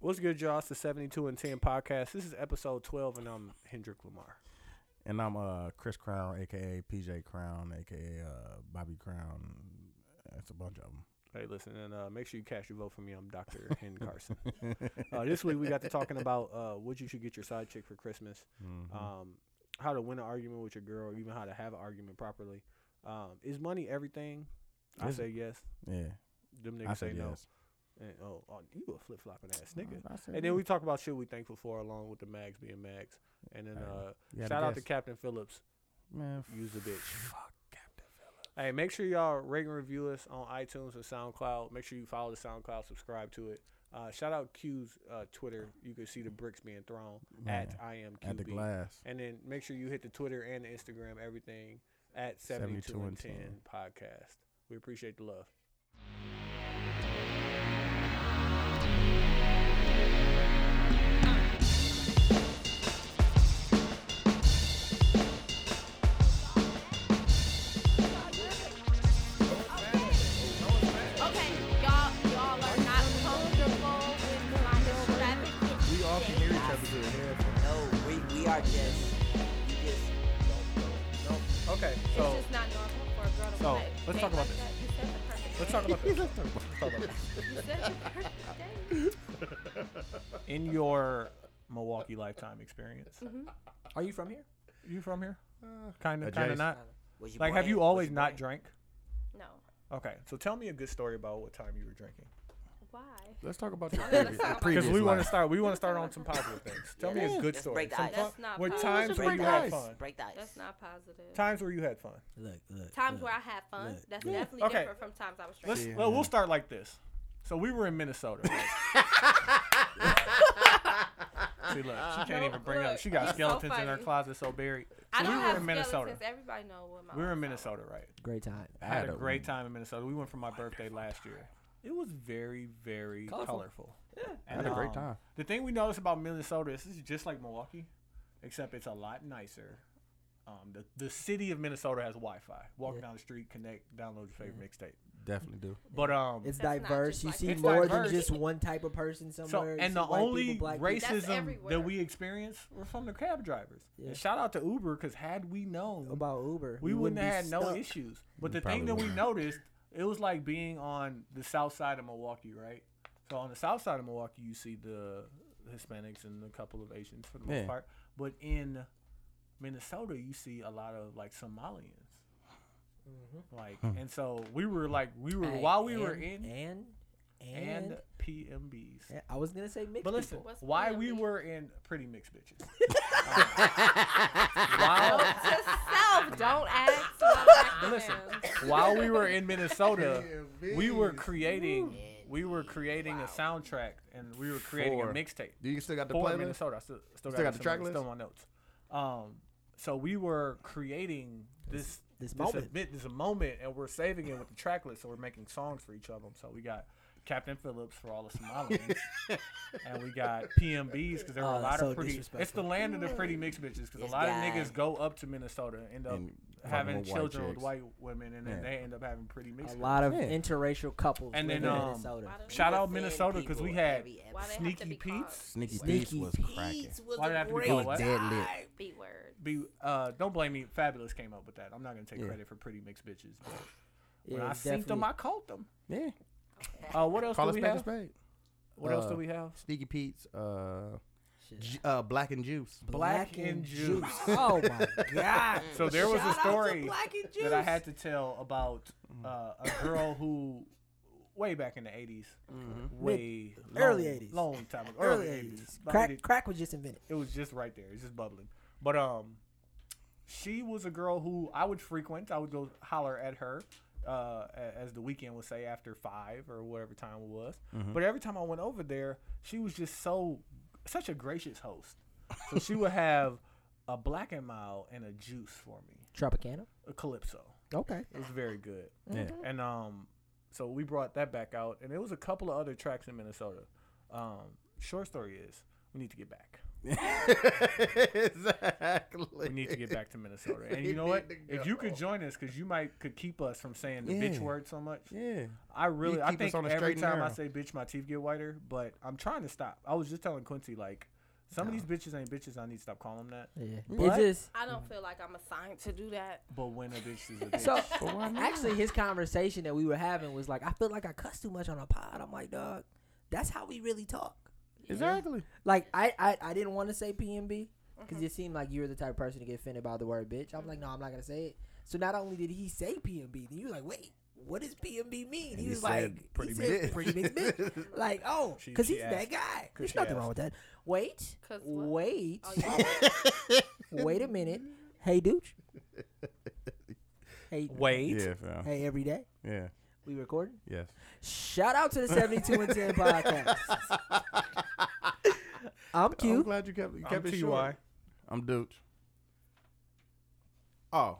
What's good, y'all? It's the 72 and 10 podcast. This is episode 12, and I'm Hendrick Lamar. And I'm uh Chris Crown, aka PJ Crown, aka uh, Bobby Crown. That's a bunch of Hey, listen, and uh, make sure you cast your vote for me. I'm Dr. Hen Carson. them. Uh, this week, we got to talking about uh, what you should get your side chick for Christmas, Mm-hmm. Mm-hmm. um, how to win an argument with your girl, or even how to have an argument properly. Um, is money everything? I Is say yes. yeah, Them I niggas say said no. yes. And, oh, oh, you a flip flopping ass nigga. I said And then we yes. talk about shit we thankful for, along with the mags being mags. And then Hey, uh, You had a shout out to guess. Captain Phillips. man. f- Use the bitch. Fuck Captain Phillips. Hey, make sure y'all rate and review us on iTunes and SoundCloud. Make sure you follow the SoundCloud, subscribe to it. Uh, shout out Q's uh, Twitter. You can see the bricks being thrown at Man, I am At the QB. glass. And then make sure you hit the Twitter and the Instagram, everything at 72, 72 and and 10, 10. podcast. We appreciate the love. Okay, y'all, y'all are not comfortable with my extravagant. We all can hear each other through the headphones. Oh, No, we, we are just, you just, Okay, It's so just not normal for a girl to So, want let's to date talk about like this. that. You said the perfect let's date. talk about this. You said the perfect date. In your Milwaukee lifetime experience, Mm-hmm. are you from here? You from here? Kind of, kind of adjacent. not. was you Like, have born you in- always was not born- drank? No. Okay, so tell me a good story about what time you were drinking. Why? Let's talk about your let's previous, talk your about- previous Because we want to life. start, we want to start on some positive things. Tell me a Yeah. good Let's story. break the Some ice. fun- That's not where positive. times Let's where break you the had ice. fun. Break the ice. That's not positive. Times where you had fun. Look, look. Times look. where I had fun. look. That's Yeah. definitely Okay. different from times I was Let's drinking. Yeah. well, we'll start like this. So we were in Minnesota. right? See, look, she can't even bring up. She got Look, you're so skeletons in her funny. closet so buried. I So don't we have were in Minnesota. skeletons. Everybody know what my We were in lifestyle Minnesota, right? Great time. I had a great time in Minnesota. We went for my birthday last year. It was very, very colorful. um, Colorful. Yeah, I had a great time. The thing we noticed about Minnesota is this is just like Milwaukee, except it's a lot nicer. Um, the, the city of Minnesota has Wi-Fi. Walk down the street, connect, download your favorite mixtape. Definitely do. But um, Mm-hmm. It's That's not diverse. just You like- see It's more diverse. than just one type of person so somewhere. You and see the white people, only black people. That's racism everywhere. that we experienced were from the cab drivers. Yeah. And shout out to Uber because had we known about Uber. we You wouldn't have had be no stuck. issues. But the probably thing that we wouldn't. noticed, it was like being on the south side of Milwaukee, right? So on the south side of Milwaukee, you see the Hispanics and a couple of Asians for the most Yeah. part. But in Minnesota, you see a lot of like Somalians. Like and so we were like we were Mm-hmm. Hey, while we were in and- and and, and, PMBs. yeah, I was gonna say mixed But listen, people. What's why we PMB? were in pretty mixed bitches. Um, while, To self, don't ask. Don't listen, while we were in Minnesota, we were creating we were creating a soundtrack and we were creating For- a mixtape Do you still got the for playlist? Minnesota. I still, still, got, Still got the it, track it's Still on my notes. Um, so we were creating this This this moment. event, this moment, and we're saving it with the track list. So we're making songs for each of them. So we got. Captain Phillips for all the Somalians, and we got PMBs because there were Oh, a lot so of pretty. It's the disrespectful. land of the pretty mixed bitches because a This lot guy. of niggas go up to Minnesota and end up And fucking having with white children with chicks. white women, and then Yeah. they end up having pretty mixed. A bitches. lot of Yeah. interracial couples And live then, in um, Minnesota. Shout out Offend Minnesota because we people had every episode. Why they have to Sneaky be called Pete's. Sneaky, Beats Sneaky was cracking. Pete's was Why did I a have to be great called what? Deadlit. B word. Be uh, don't blame me. Fabulous came up with that. I'm not gonna take Yeah. credit for pretty mixed bitches. But Yeah, when I synced them, I called them. Yeah. Uh, what else Call do us we spade a have? spade. What else do Uh, we have? Sneaky Pete's, uh, Shit. ju- uh, Black and Juice. Black and Juice. oh my god! So there was Shout out a to story Black and that I Juice. had to tell about Mm. uh, a girl who, way back in the 80s, way Mm-hmm. Early long- 80s. long time ago, early '80s. About Crack, 80s. crack was just invented. it was just right there. It's just bubbling. But um, she was a girl who I would frequent. I would go holler at her, uh, a- as the weekend would say after five or whatever time it was. But every time I went over there, she was just so such a gracious host. So she would have a black and mild and a juice for me, Tropicana. a calypso. Okay. It was very good. Yeah. And um, so we brought that back out, and there was a couple of other tracks in Minnesota. Um, short story is we need to get back. exactly. We need to get back to Minnesota. And We you know need what? to If you go. could join us, because you might could keep us from saying the bitch Yeah. word so much. Yeah. I really, I keep us think on the every straight and time I narrow. say bitch, my teeth get whiter. But I'm trying to stop. I was just telling Quincy like, some of these bitches ain't bitches. I need to stop calling them that. Yeah. But- It just I Mm. don't feel like I'm assigned to do that. But when a bitch is a bitch, so But why not? actually his conversation that we were having was like I feel like I cuss too much on a pod. I'm like, dog, that's how we really talk. Exactly. Like I I, I didn't want to say PMB Mm-hmm. because it seemed like you were the type of person to get offended by the word bitch. I'm like, no, I'm not gonna say it. So not only did he say PMB, then you were like, wait, what does PMB mean? He, he was said like, pretty pretty he said bitch. pretty big bitch. like, oh, She- because she he's asked- that guy. There's she nothing asked. wrong with that. Wait, 'Cause what? wait, Oh, yeah. wait a minute. Hey, douche. Hey, wait. Yeah, fam. hey, every day. Yeah. We recording? Yes. Shout out to the 72 and 10 podcast. I'm I'm cute. glad you kept, you I'm kept it Ty. short. I'm Dooch. Oh.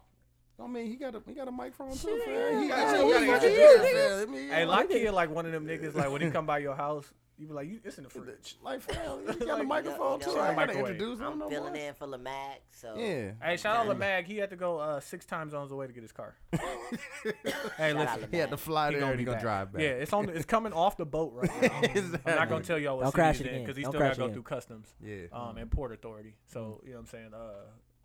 I mean, he got a he got a microphone too, fam. He yeah, got, yeah, he got yeah, a yeah. fam. I mean, Hey, like like, kid, like one of them niggas. Like when he come by your house, you be like, you, it's in the fridge. like, fam, he got a Like, microphone you too. know, I gotta microwave. introduce him. I'm no filling more. in for Lamac, so Yeah. Hey, shout out to Mag. He had to go uh, six time zones away to get his car. hey, shout out listen. Lamac. He had to fly He there gonna and be he gonna back. drive back. Yeah, it's on. It's coming off the boat right now. I'm not gonna Exactly. tell y'all what Don't city crash he's it in again. because he Don't still gotta crash go again. through customs Yeah. um, and port authority. So you know what I'm saying. Uh,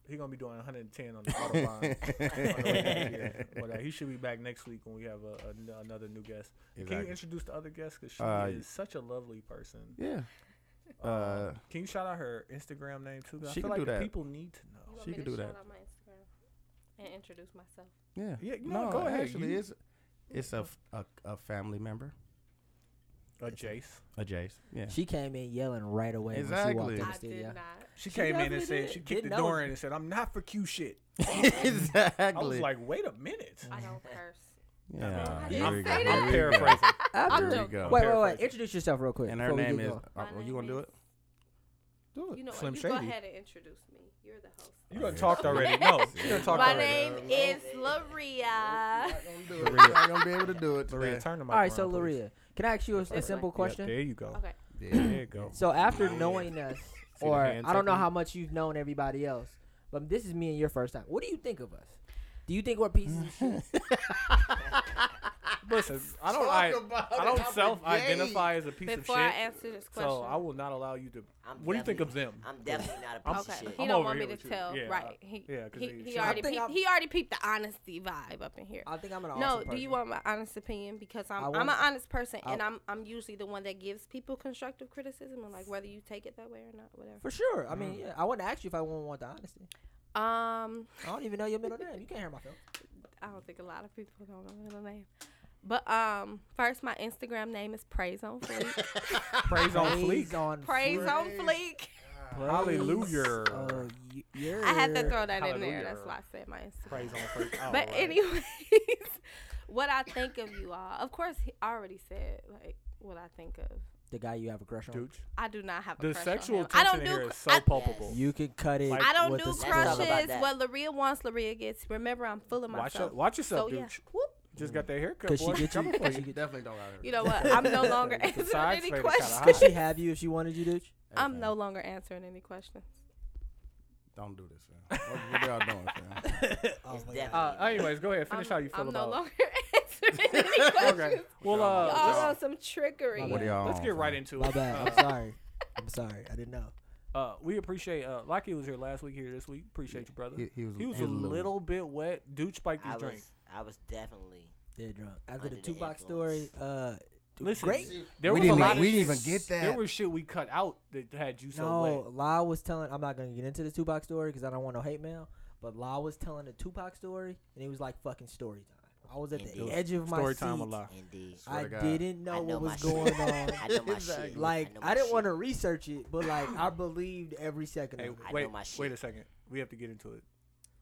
he gonna be doing 110 on the autobahn. on the way back here. but uh, he should be back next week when we have a, a n- another new guest. Can Exactly. you introduce the other guest? Because she Uh, is such a lovely person. Yeah. Um, Uh, can you shout out her Instagram name too? 'Cause I she feel can like do the that. people need to You know. want She me could to do shout that. out my Instagram and introduce myself. yeah. Yeah, you know, no, go ahead. Actually, You- it's it's a, f- a a family member, A Jace. a Jace. Yeah. She came in yelling right away when she Exactly. walked in the I did studio. not. She, She came in and definitely said did. she kicked Didn't the know door it. in and said, "I'm not for Q shit." I exactly. was like, "Wait a minute." I don't curse. yeah. I here didn't we go, say that. here I'm we go. paraphrasing. After, Here wait, we go. wait, wait. Paraphrasing. Introduce yourself real quick. And her before we name get is. going. Uh, My you name gonna do is- it? Do You know Slim what? You go Shady. ahead and introduce me. You're the host. You done talked already. No, you done talked My already. name is Laria. it. You're not gonna be able to do it. Maria, Today. turn the mic All right, so around, please. Laria, can I ask you a, a It's simple Yeah, question? there you go. Okay. Yeah. There you go. So after knowing us, See the or hand I don't know technique? how much you've known everybody else, but this is me and your first time. What do you think of us? Do you think we're pieces of shit? Listen, I don't. Talk I, about I it. don't I'm self-identify as a piece Before I of shit. answer this question, So I will not allow you to. I'm what do you think of definitely- them? I'm definitely not a piece okay, of he I'm shit. over don't want here me to with you. tell, Yeah, right? I- He, yeah, 'cause he, he- he she- already I think peeped, I'm- he already peeped the honesty vibe up in here. I think I'm an no, awesome do you person. want my honest opinion? Because I'm I I'm want- an honest person, I- and I'm I'm usually the one that gives people constructive criticism, and like whether you take it that way or not, whatever. For sure. I Mm. mean, yeah, I wouldn't ask you if I wouldn't want the honesty. Um, I don't even know your middle name. You can't hear my phone. I don't think a lot of people don't know my middle name. But um, first, my Instagram name is Praise on Fleek. Praise on fleek. on Praise on Praise. Fleek. Hallelujah. Oh, y- yeah. I had to throw that in Hallelujah. there. That's why I said my Instagram. Praise on fleek. All But right. anyways, what I think of you all. Of course, he I already said like what I think of. the guy you have a crush on. Dude, I do not have a the crush sexual on him. I tension in don't do here cr- is so I, palpable. You could cut it. Like- I don't with do a Let's talk smile. about crushes. that. What Laria wants, Laria gets. Remember, I'm full of Watch, myself. out, watch yourself, So, dude. yeah. Whoop. Just got that haircut. Could she Boy. get you? Coming for Could she you. get Definitely don't got You know what? I'm no longer The answering side's any faded kinda hot. Could questions. she have you if she wanted you to? I'm no longer answering any questions. Don't do this, fam. What, what y'all doing, fam? Oh, It's my God. definitely Uh, anyways, go ahead. I'm, Finish how you feel I'm about. no longer answering any questions. okay. Well, uh, Y'all just- on some trickery. What What are are y'all? let's get right into it. Oh, My bad. I'm Uh, sorry. I'm sorry. I didn't know. uh, we appreciate. Uh, Lucky was here last week. Here this week. Appreciate you, brother. He, he was, He was a little bit wet. Dude spiked I his was, drink. I was definitely. They're drunk. After Under the the Tupac influence. story, uh, Listen, great. There We was a didn't lot e-, of even- we shit- didn't even get There that. was shit we cut out that had you so no, wet. La was telling. I'm not gonna get into the Tupac story because I don't want no hate mail. But La was telling the Tupac story, and it was like fucking story time. I was at the Indeed. edge of my Story seat. time a lot. Indeed. Swear I to God. didn't know, I what my was shit. going on. I know my Exactly. shit. like know I, my didn't shit. want to research it, but like I believed every second Hey, of it. I wait, know my wait shit. a second. We have to get into it.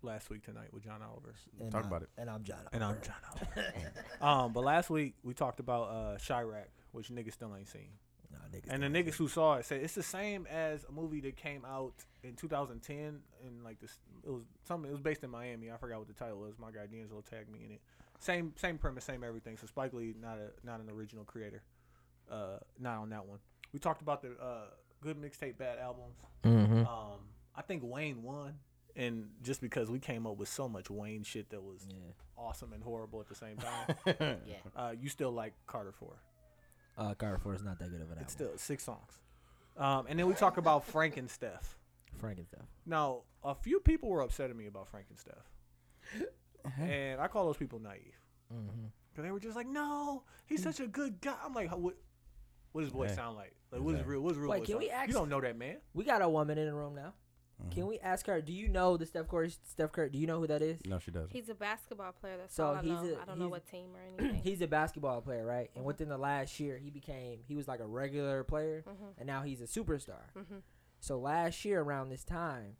Last week tonight with John Oliver. And Talk I- about it. And I'm John. And I'm John Oliver. um, but last week we talked about uh Chirac, which niggas still ain't seen. Nah, niggas And the don't. niggas who saw it said it's the same as a movie that came out in 2010 and like this it was something it was based in Miami. I forgot what the title was. My guy D'Angelo tagged me in it. Same same premise, same everything. So Spike Lee not a not an original creator. Uh not on that one. We talked about the uh good mixtape, bad albums. Mm-hmm. Um, I think Wayne won, and just because we came up with so much Wayne shit that was awesome and horrible at the same time, Yeah. uh, you still like Carter Four. Uh, Carter Four is not that good of an album. It's still six songs. Um, and then we talk about Frank and Steph. Frank and stuff. Now, a few people were upset at me about Frank and Steph, and I call those people naive. Cause they were just like, "No, he's such a good guy." I'm like, "How- "What? What does his voice Yeah. sound like? Like, what's Exactly. real? What's real? Wait, voice can sound we like? ask- You don't know that man. We got a woman in the room now. Can we ask her? Do you know the Steph Curry? Steph Curry? Do you know who that is? No, she doesn't. He's a basketball player. That's So all I he's know. a- I don't know he's- what team or anything. he's a basketball player, right? And within the last year, he became he was like a regular player, and now he's a superstar. Mhm. So last year around this time,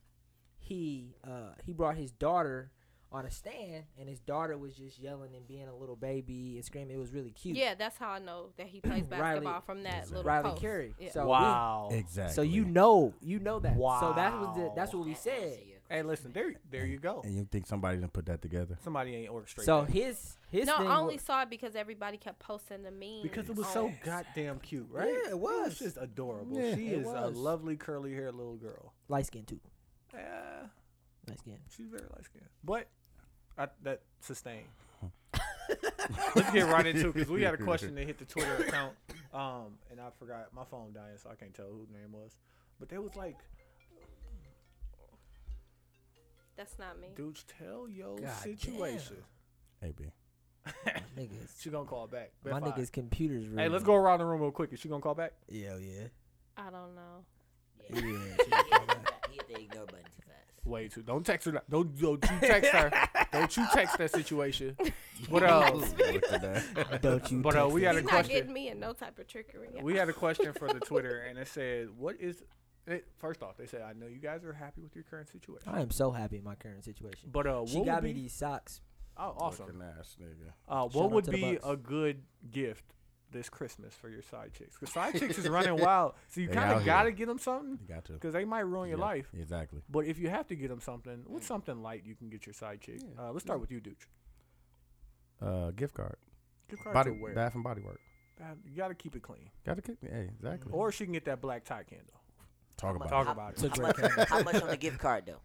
he uh, he brought his daughter on a stand, and his daughter was just yelling and being a little baby and screaming. It was really cute. yeah, that's how I know that he plays basketball from that little Riley post. Curry. Yeah. So we- Exactly. so you know you know that. So that was the, Wow. that's what we That's honestly said. a Hey, listen, there, there you go. And you think somebody didn't put that together? Somebody ain't orchestrating. So that. his his no, thing I only was- saw it because everybody kept posting the meme. because it was so goddamn cute, right? Yeah, it was. just adorable. Yeah, she it is a was. lovely curly haired little girl. light skin too. Yeah, Light skin. she's very light skinned, but I, that sustained. Let's get right into it because we had a question that hit the Twitter account, um, and I forgot my phone dying, so I can't tell who the name was. But they was like, That's not me. "Dudes, tell your God situation." Hey, B. Niggas. She gonna call back. My Bet five. niggas computers. Hey, let's rigged. go around the room real quick. Is she gonna call back? Yeah, yeah. I don't know. Yeah. Yeah. He hit the ignore button too fast. Way too. Don't text her. Don't don't you text her. don't you text that situation. But uh, Don't you? but uh, text we had us. a He's not question. getting me in no type of trickery. we had a question for the Twitter, and it said, "What is?" It, first off, they said, "I know you guys are happy with your current situation, I am so happy in my current situation. but uh, she what got would me be these socks. oh, awesome? Ass nigga. Uh, Shout out what would to the be Bucks. a good gift this Christmas for your side chicks? Because side chicks is running wild, so you They kind out of here. gotta get them something You got to. because they might ruin your Yeah, life. Exactly. But if you have to get them something, what's something light you can get your side chick? Uh, let's start with you, Dooch. Uh, gift card. Good Body, Bath and Body Work. You gotta keep it clean, Got to kick. Hey, exactly. or she can get that black tie candle. talk How about Talk much- about it. Took How Drake out. much, how much on the gift card though?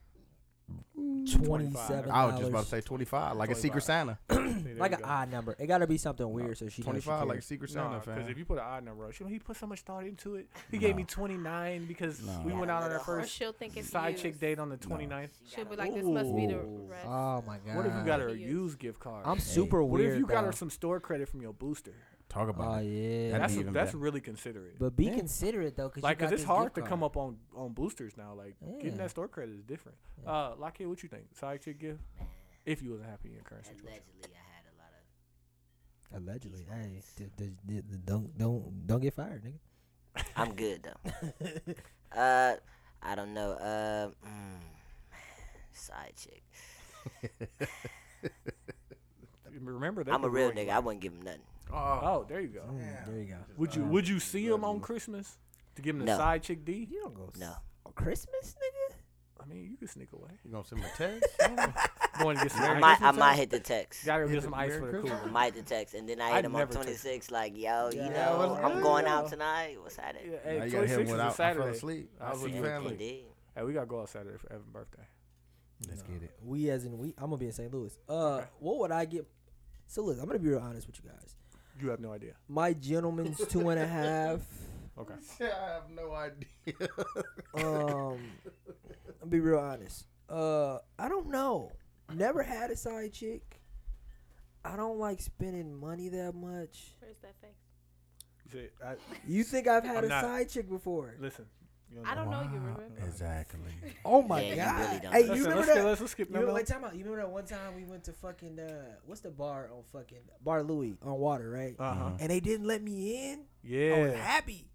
Twenty-seven. it. I was just about to say twenty-five, like a Secret Santa. See, there like you an go. odd number. It got to be something weird so she knows she Twenty-five, like a cares. Secret No, Santa, because fam. if you put an odd number, she, he put so much thought into it. He gave me 29 because No. we went out on our Or or first she'll think it's side used. chick date on the 29th. She She'll got be a- like, this must be the Ooh. rest. Oh my god. What if you got her a Yes. used gift card? I'm super what weird. if you got her dog. some store credit from your booster? talk Oh about it. yeah. That'd That's be even that's better. really considerate. But be Yeah. considerate though, because like, you cause got it's this hard gift to come card. up on on boosters now. Like getting Yeah. that store credit is different. Uh, Lockheed, what you think? Side chick gift? If you wasn't happy in your current situation, Allegedly, I had a lot of. Allegedly, hey, d- d- d- d- don't don't don't get fired, nigga. I'm good though. uh, I don't know. Uh, mm, side chick. remember that. I'm a real nigga. I wouldn't give him nothing. Oh, there you go. Mm, there you go. Would you would you see him on Christmas to give him the No. side chick D? You don't go. s- No. on Christmas, nigga. I mean, you could sneak away. You gonna send me a text? Going to get some I ice. might, I might hit the text. Gotta Hit get the some ice Merry for the cooler. I might hit the text, and then I I'd hit him on never text. 26. Like, yo, you Yeah, know, what's I'm good, going yo? out tonight. What's Saturday? Yeah, Now hey, you gotta hit 26 him is without. a Saturday. I fell asleep. I was with see the you. family. Indeed. Hey, we gotta go out Saturday for Evan's birthday. Let's get it. We as in we. I'm gonna be in St. Louis. Uh, what would I get? So look, I'm gonna be real honest with you guys. You have no idea. My gentleman's two and a half. Okay. Yeah, I have no idea. Um, I'll be real honest. Uh, I don't know. Never had a side chick. I don't like spending money that much. Where's that face? You said, I, You think I've I'm had a not- side chick before? listen. You I don't know you, Wow, remember? Exactly. Oh my Yeah, you really god! don't. hey, Listen, you remember let's, that? skip- let's, let's skip. You No, remember, no. wait, time out. You remember that one time we went to fucking uh, what's the bar on fucking Bar Louie on water, right? Uh huh. and they didn't let me in. I was Yeah. happy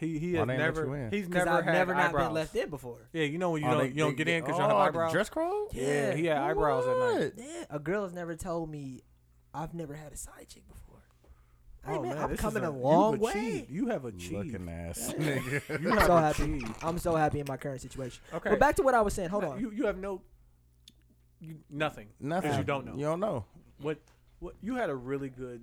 He he Why has they ain't let you never in? he's because never I've had never not eyebrows. been left in before. Yeah, you know when you Oh, don't they- you don't they- get in because they- you don't oh, have the eyebrows. Dress code? Yeah, he had eyebrows that night. What? Yeah, a girl's never told me I've never had a side chick before. Hey oh man, man, I'm this is coming a, a you've long achieved- way. You have achieved. Looking ass nigga. You I'm so have happy. achieved. I'm so happy in my current situation. Okay. But back to what I was saying. Hold on. You you have no. You, nothing. Nothing. you don't know. You don't know. What what you had a really good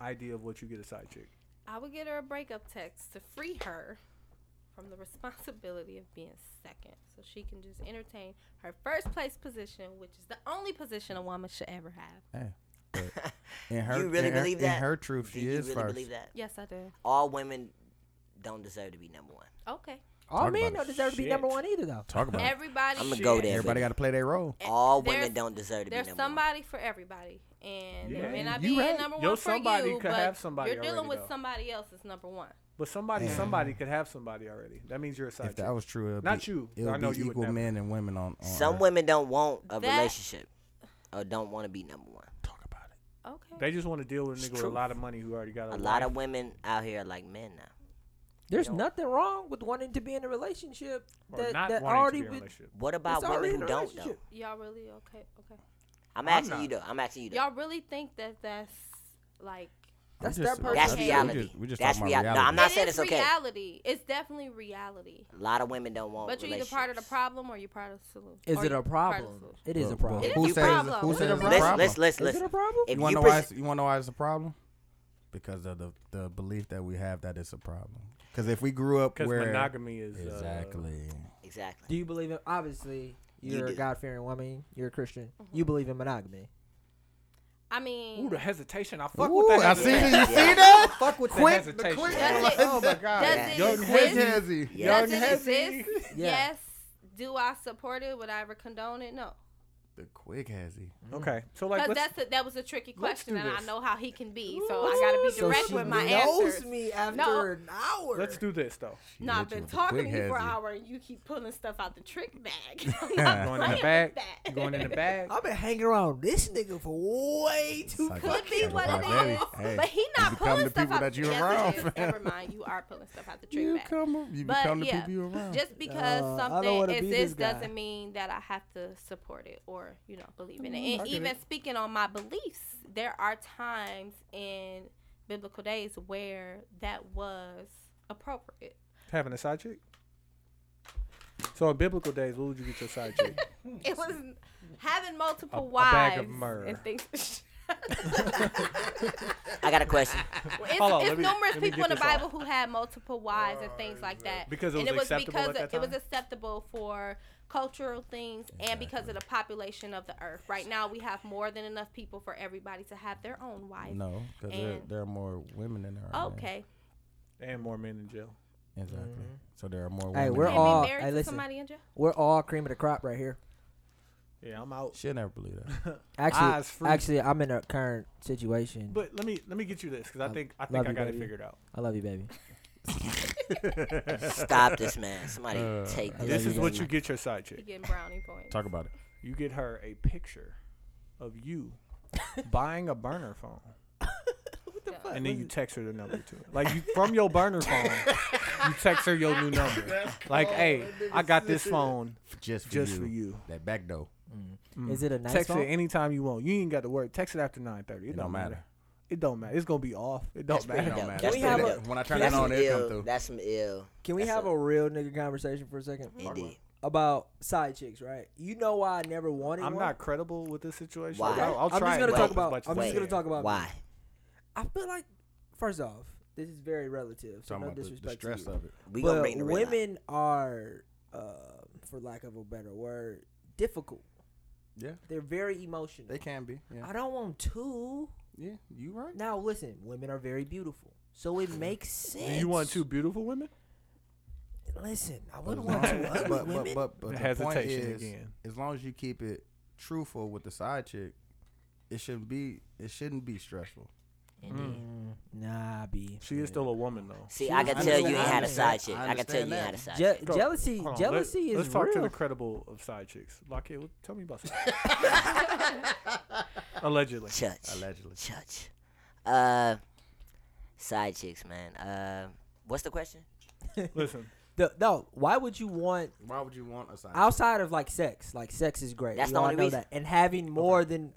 idea of what you get a side chick. I would get her a breakup text to free her from the responsibility of being second. So she can just entertain her first place position, which is the only position a woman should ever have. In her, You really in her, believe In that? her truth, Do she you is really first. believe that? Yes, I do. All women don't deserve to be number one. Okay. All Talk men about don't deserve to be number shit. one either, though. Talk about it. Everybody. I'm gonna go Shit. there. Everybody got to play their role. but all Eh, There's- women don't deserve to be There's number one. somebody for everybody, and there may Yeah. not You be right. a number one Yo, for somebody you, could but have somebody you're dealing already, with though. somebody else's number one. But somebody, somebody could have somebody already. That means you're a side If that chick. was true, it'd Not be, you. It would I know be you would equal never. men and women on. on Some Earth. women don't want a That- relationship or don't want to be number one. talk about it. Okay. They just want to deal with a It's nigga with a truth. lot of money who already got a, A lot wife. of women out here are like men now. There's don't- nothing wrong with wanting to be in a relationship Or that, not that wanting already to be in a been. relationship. What about It's already women who in a don't though? relationship. Y'all really okay? Okay. I'm I'm asking you not. though. I'm asking you though. Y'all really think that that's like I'm That's their personal I'm That's Okay. reality. We just, we just That's talking rea- about no, reality. I'm not It saying is it's okay. reality. It's definitely reality. A lot of women don't want. But you're either part of the problem or you're part of the solution. Is Or it you- a part of the problem? solution. It is a But- problem. but It Who is a says, problem. Who Is it says a it's a problem? problem? Let's let's Is let's it a let's. problem? If you want you to know why? pres- It's, you want to know why it's a problem? Because of the the belief that we have that it's a problem. Because if we grew up Because where monogamy is uh, exactly, exactly. Do you believe in? Obviously, You you're a do. God fearing woman. You're a Christian. You believe in monogamy. I Ooh, mean, the hesitation. I fuck Ooh, with I that. see hesitation. that. You see Yeah. that? Fuck with The that. hesitation. does it, Oh my God! does it Young exist? Hezzy. Yeah. does it exist? Yeah. Yes. Do I support it? Would I ever condone it? No. The quick hezzy. Okay, so like, Because let's, that's a, that was a tricky let's question, do and I this. know how he can be, so I gotta be direct with my answers. me after No. an hour. let's do this though. She No, hit I've you been with the talking quick to you for an hezzy. hour, and you keep pulling stuff out the trick bag. I'm Yeah. not Going in the playing bag. with that. You going in the bag. I've been hanging around this nigga for way too. Like, Could be like, what like, it baby, is, hey, but he you not become pulling the stuff people out. that you yes, around, it is. man. Never mind, you are pulling stuff out the trick You bag. come, you But become the yeah, people you Oh. around. Just because Uh, I don't something wanna be this exists guy. doesn't mean that I have to support it or you know believe in it. And even speaking on my beliefs, there are times in biblical days where that was appropriate. Having a side chick. So in biblical days, what would you get your side chick? It was having multiple A- a wives bag of myrrh. and things. I got a question. It's, Hold on, it's let me- numerous let me people get in the this off. Bible who had multiple wives and things like that. Because it and was acceptable because at that it was time? acceptable for cultural things and because of the population of the earth. Right now, we have more than enough people for everybody to have their own wife. No, because there, And- there are more women than there are men. Okay. Mm-hmm. and more men in jail. Exactly. So there are more women. Hey, we're than Can't men. all- be married hey, to listen. somebody in jail. We're all cream of the crop right here. Yeah, I'm out. She'll never believe that. Eyes Actually, free. actually, I'm in a current situation. But let me let me get you this because I I think I think love I you, got it baby. figured out. I love you, baby. Stop this man. Somebody Uh, take I this. love This you, is baby. what you get your side You're chick. getting brownie points. Talk about it. You get her a picture of you buying a burner phone. And then you text her the number to it. Like you from your burner phone, you text her your new number. Like, hey, I got this phone Just for just you. for you. That back door. Is it a nice Mm. Text phone? it anytime you want. You ain't got to work. Text it after nine thirty. It, It don't don't matter. matter. It don't matter. It's gonna be off. It don't That's pretty matter. dope. matter. That's we have pretty a- dope. when I turn That's that some on, it come ill. through. That's some ill. Can we That's have a- a real nigga conversation for a second? Indeed. About side chicks, right? You know why I never wanted I'm one? not credible with this situation. Why? but I'll, I'll I'm try just gonna and talk help as about. much as I'm I just gonna can. talk about. Why? I feel like, first off, this is very relative. So Talking no about the, the disrespect to stress you. of it. We gonna but bring the real out. women are, uh, for lack of a better word, difficult. Yeah. They're very emotional. They can be. Yeah. I don't want two. yeah. You right. Now listen, women are very beautiful, so it makes Do sense. you want two beautiful women? Listen, I wouldn't want two ugly but, but, women. but, but, but the point Hesitation is, again. as long as you keep it truthful with the side chick, it shouldn't be. It shouldn't be stressful. Mm. nah, b. She is still a woman though. See, I can I tell you ain't understand- had a I side understand- chick. I I can tell you understand ain't had a that. side Je- chick. Go. jealousy, Hold on, let- jealousy is Let's talk to real. the credible of side chicks. Lockheed, what- tell me about side chicks. Allegedly. Church. Allegedly. Church. Uh, side chicks, man. Uh, what's the question? Listen, The- no, why would you want Why would you want a Uh. side? chick? outside of like sex? Like sex is great. That's we the all only know reason. that. And having more than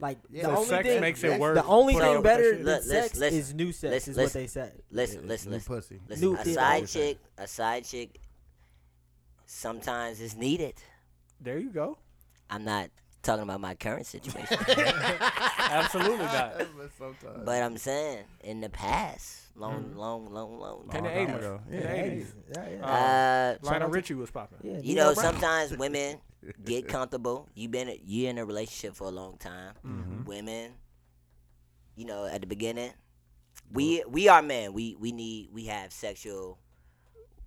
like Yeah. the so only sex thing makes that's it worse. the only for thing her better than relationship. Look, sex listen, is new sex listen, is what listen. they say. Listen, It's listen, new listen. pussy. Listen, New a dick. side chick, a side chick, sometimes is needed. There you go. I'm not talking about my current situation. Absolutely not. but I'm saying in the past, long, long, long, long, In long. the time 80s. ago. In the Yeah. 80s. Yeah, yeah. Uh, Uh, Lionel Richie was popping. yeah you know, sometimes women get comfortable. You been you in a relationship for a long time. Women, you know, at the beginning, we we are men. We we need we have sexual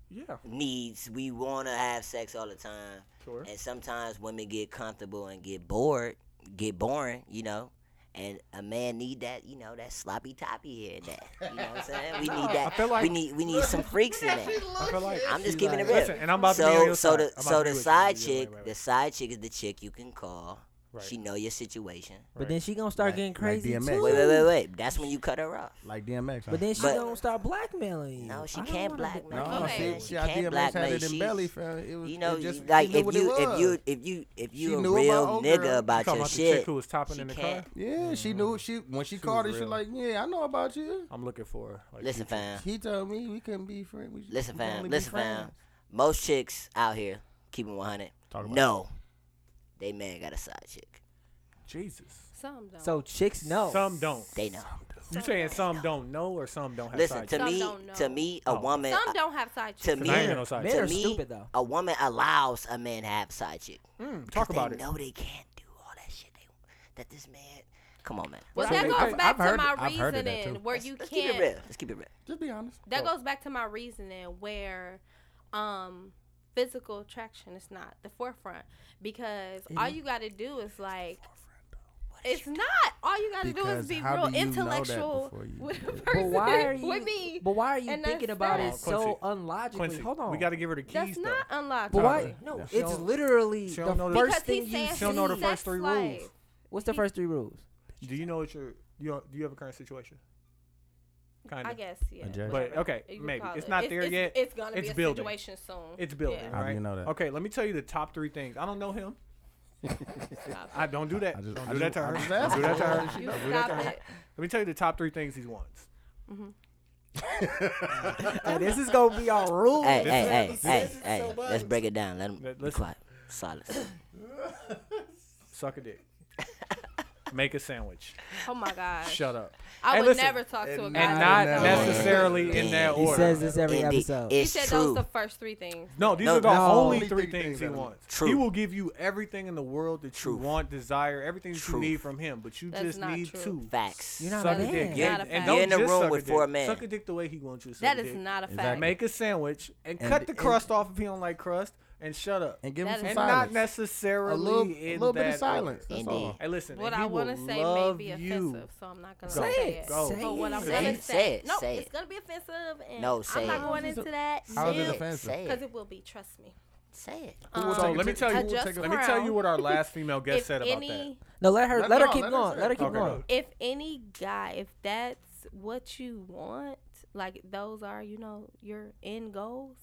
Yeah, needs. We wanna have sex all the time. sure. And sometimes women get comfortable and get bored, get boring, you know. And a man need that, you know, that sloppy toppy here and that. You know what I'm saying? We need I that. feel like- we need we need some freaks in that. I feel like I'm just She's keeping like- it real. Listen, and I'm about to so be on your so side. the I'm about to so be the with you. side Yeah, chick, right, right, the right. side chick is the chick you can call. Right. She know your situation. But then she gonna start Like- getting like crazy DMX. too. Wait wait wait wait. That's when you cut her off. Like DMX. But then she But- gonna start blackmailing you. No, she I don't can't wanna do blackmail. that. No, Okay. she can't had blackmail. it in She- belly, fam. It was, You know, it you- just, like knew if what it you if was. you if you if She you a knew about real old nigga girl. You about talking your about the shit, chick who was topping she in the can't. car. yeah, she knew she when she, She called her. was She real. like, yeah, I know about you. I'm looking for her. Like, Listen, future. fam. He told me we couldn't be friends. We, Listen, we can fam. only be Listen, fam. friends. Most chicks out here keeping 100. Talk about No, they man got a side chick. Jesus. Some don't. So chicks know. Some don't. They know. You saying some don't know or some don't have side Listen to chicks? Some me. don't know. To me, a Oh. woman. uh, some don't have side To chicks. Cause I ain't me, got no side men chick. are me- stupid though. a woman allows a man to have side chick. Mm, 'Cause talk about they it. know they can't do all that shit. They, that this man. Come on, man. Well, Some that they- goes I've- back I've to heard- my I've heard of that reasoning too. where you Let's can't. keep it real. Let's keep it real. Just be honest. That goes back to my reasoning where um physical attraction is not the forefront because all you got to do is like it's not all you got to do Because is be how real do you know that intellectual before you with do a it? But person why are you? with me But why are you And that's thinking about it that. so Quincy, unlogically? Quincy, Hold on. we got to give her the keys. that's though. not unlogical But why? Tyler. No, Yeah. it's literally she the don't know the- first because thing he you says She don't know the he's see. first sex three slave. rules. What's the first three rules? Do you know what your you know, do you have a current situation? Kind I of. guess yeah. judge. But, whatever okay, you can maybe. call It's it. not there yet. It's, gonna It's be a building. situation soon. It's building, Yeah. How right? do you know that? Okay, let me tell you the top three things. I don't know him. I don't do that. I just- don't I do just- that to I her. just Don't do that to her. asked You Don't do that stop to her. it. Let me tell you the top three things he wants. Hey, this is gonna be our rule. Hey, This is- hey, hey, this hey, is hey. so Let's much. break it down. Let him Let- be listen. quiet. Silence. Suck a dick. Make a sandwich. Oh my gosh. Shut up. I Hey, would listen. never talk to a guy. And like not that. never. necessarily in that He order. says this every Indeed. episode. He It's said true. those the first three things. No, these No, are the no. only Only three three things things he that- wants. True. He will give you everything in the world that Truth. you want, desire, everything that you Truth. need from him, but you That's just not need true. two. Facts. You're not Suck a a man. dick. You're Yeah, not a and fact. don't You're in a just room suck with a four dick. men. Suck a dick the way he wants you to suck That a is dick. not a fact. Exactly. Make a sandwich and, And- cut the and- crust off if you don't like crust and shut up. And give him That some is- And silence. not necessarily a little, in a little bit that of silence. order. That's Indeed. all. Hey, listen. What and he I will want to say may love be you. offensive, so I'm not gonna Go. say it. Go. Say But what I'm it. gonna Say say, it. Say it. no, Say it's it. gonna be offensive, and No, I'm say not it. going into that How is it Say because offensive? Say it it. will be. Trust me. Say it. Um, So let me tell you. Adjust Let me tell you crown. what our last female guest if said about that. any, No, let her. Let- Let her no, keep let her going. say Let her it. keep Okay, going. if any guy, if that's what you want, like those are, you know, your end goals.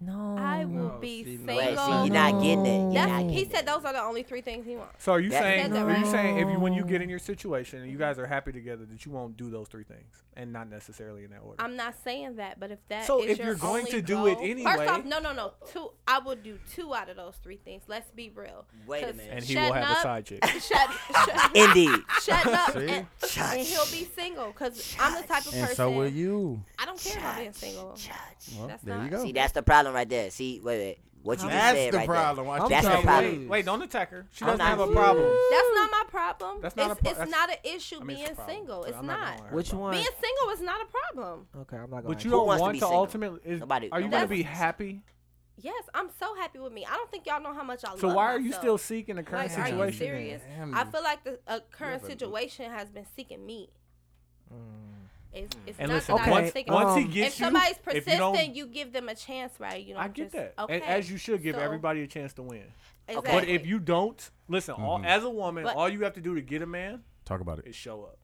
No. I will No, be she single. knows. Wait, see, you you're not getting it. You're That's- not he getting said it. those are the only three things he wants. So are you That- saying? That's Are you right. saying if you when you get in your situation and you guys are happy together that you won't do those three things and not necessarily in that order? I'm not saying that, but if that So is if your you're going only to do it goal- anyway- first off, no, no, no, two. I would do two out of those three things. Let's be real. Wait a 'Cause minute. and he shutting will have up, a side chick. Shut, shut, Indeed. shutting up, and, See? and he'll be single. Cause I'm the type of And person. so will you. I don't care about being single. Judge. Well, That's there you not- go. See, that's the problem right there. See, wait, wait. What you just That's said the right problem. there. Why I'm That's the trying- problem. Wait, don't attack her. She I'm doesn't not- have a problem. That's not my problem. That's not it's, a pro- it's that's- not an issue I mean, being a problem, single. so It's I'm not. gonna hurt Which her. one? being single is not a problem. Okay, I'm not going. But you Who don't wants to want be to single? ultimately. Is, Nobody- are you going nobody to wants be to be happy? Yes, I'm so happy with me. I don't think y'all know how much I love. So why are you myself. still seeking the current Like, are you situation? then? serious? Damn I you. feel like the uh, current situation has been seeking me. Mm. It's, it's And not listen, that I was once, thinking. once he Um, gets if you, somebody's if you don't- persistent, you, give them a chance, right? You know, I get that, Okay. and as you should give So, everybody a chance to win. Exactly. But if you don't, listen. All, as a woman, But- all you have to do to get a man Talk about it. is show up.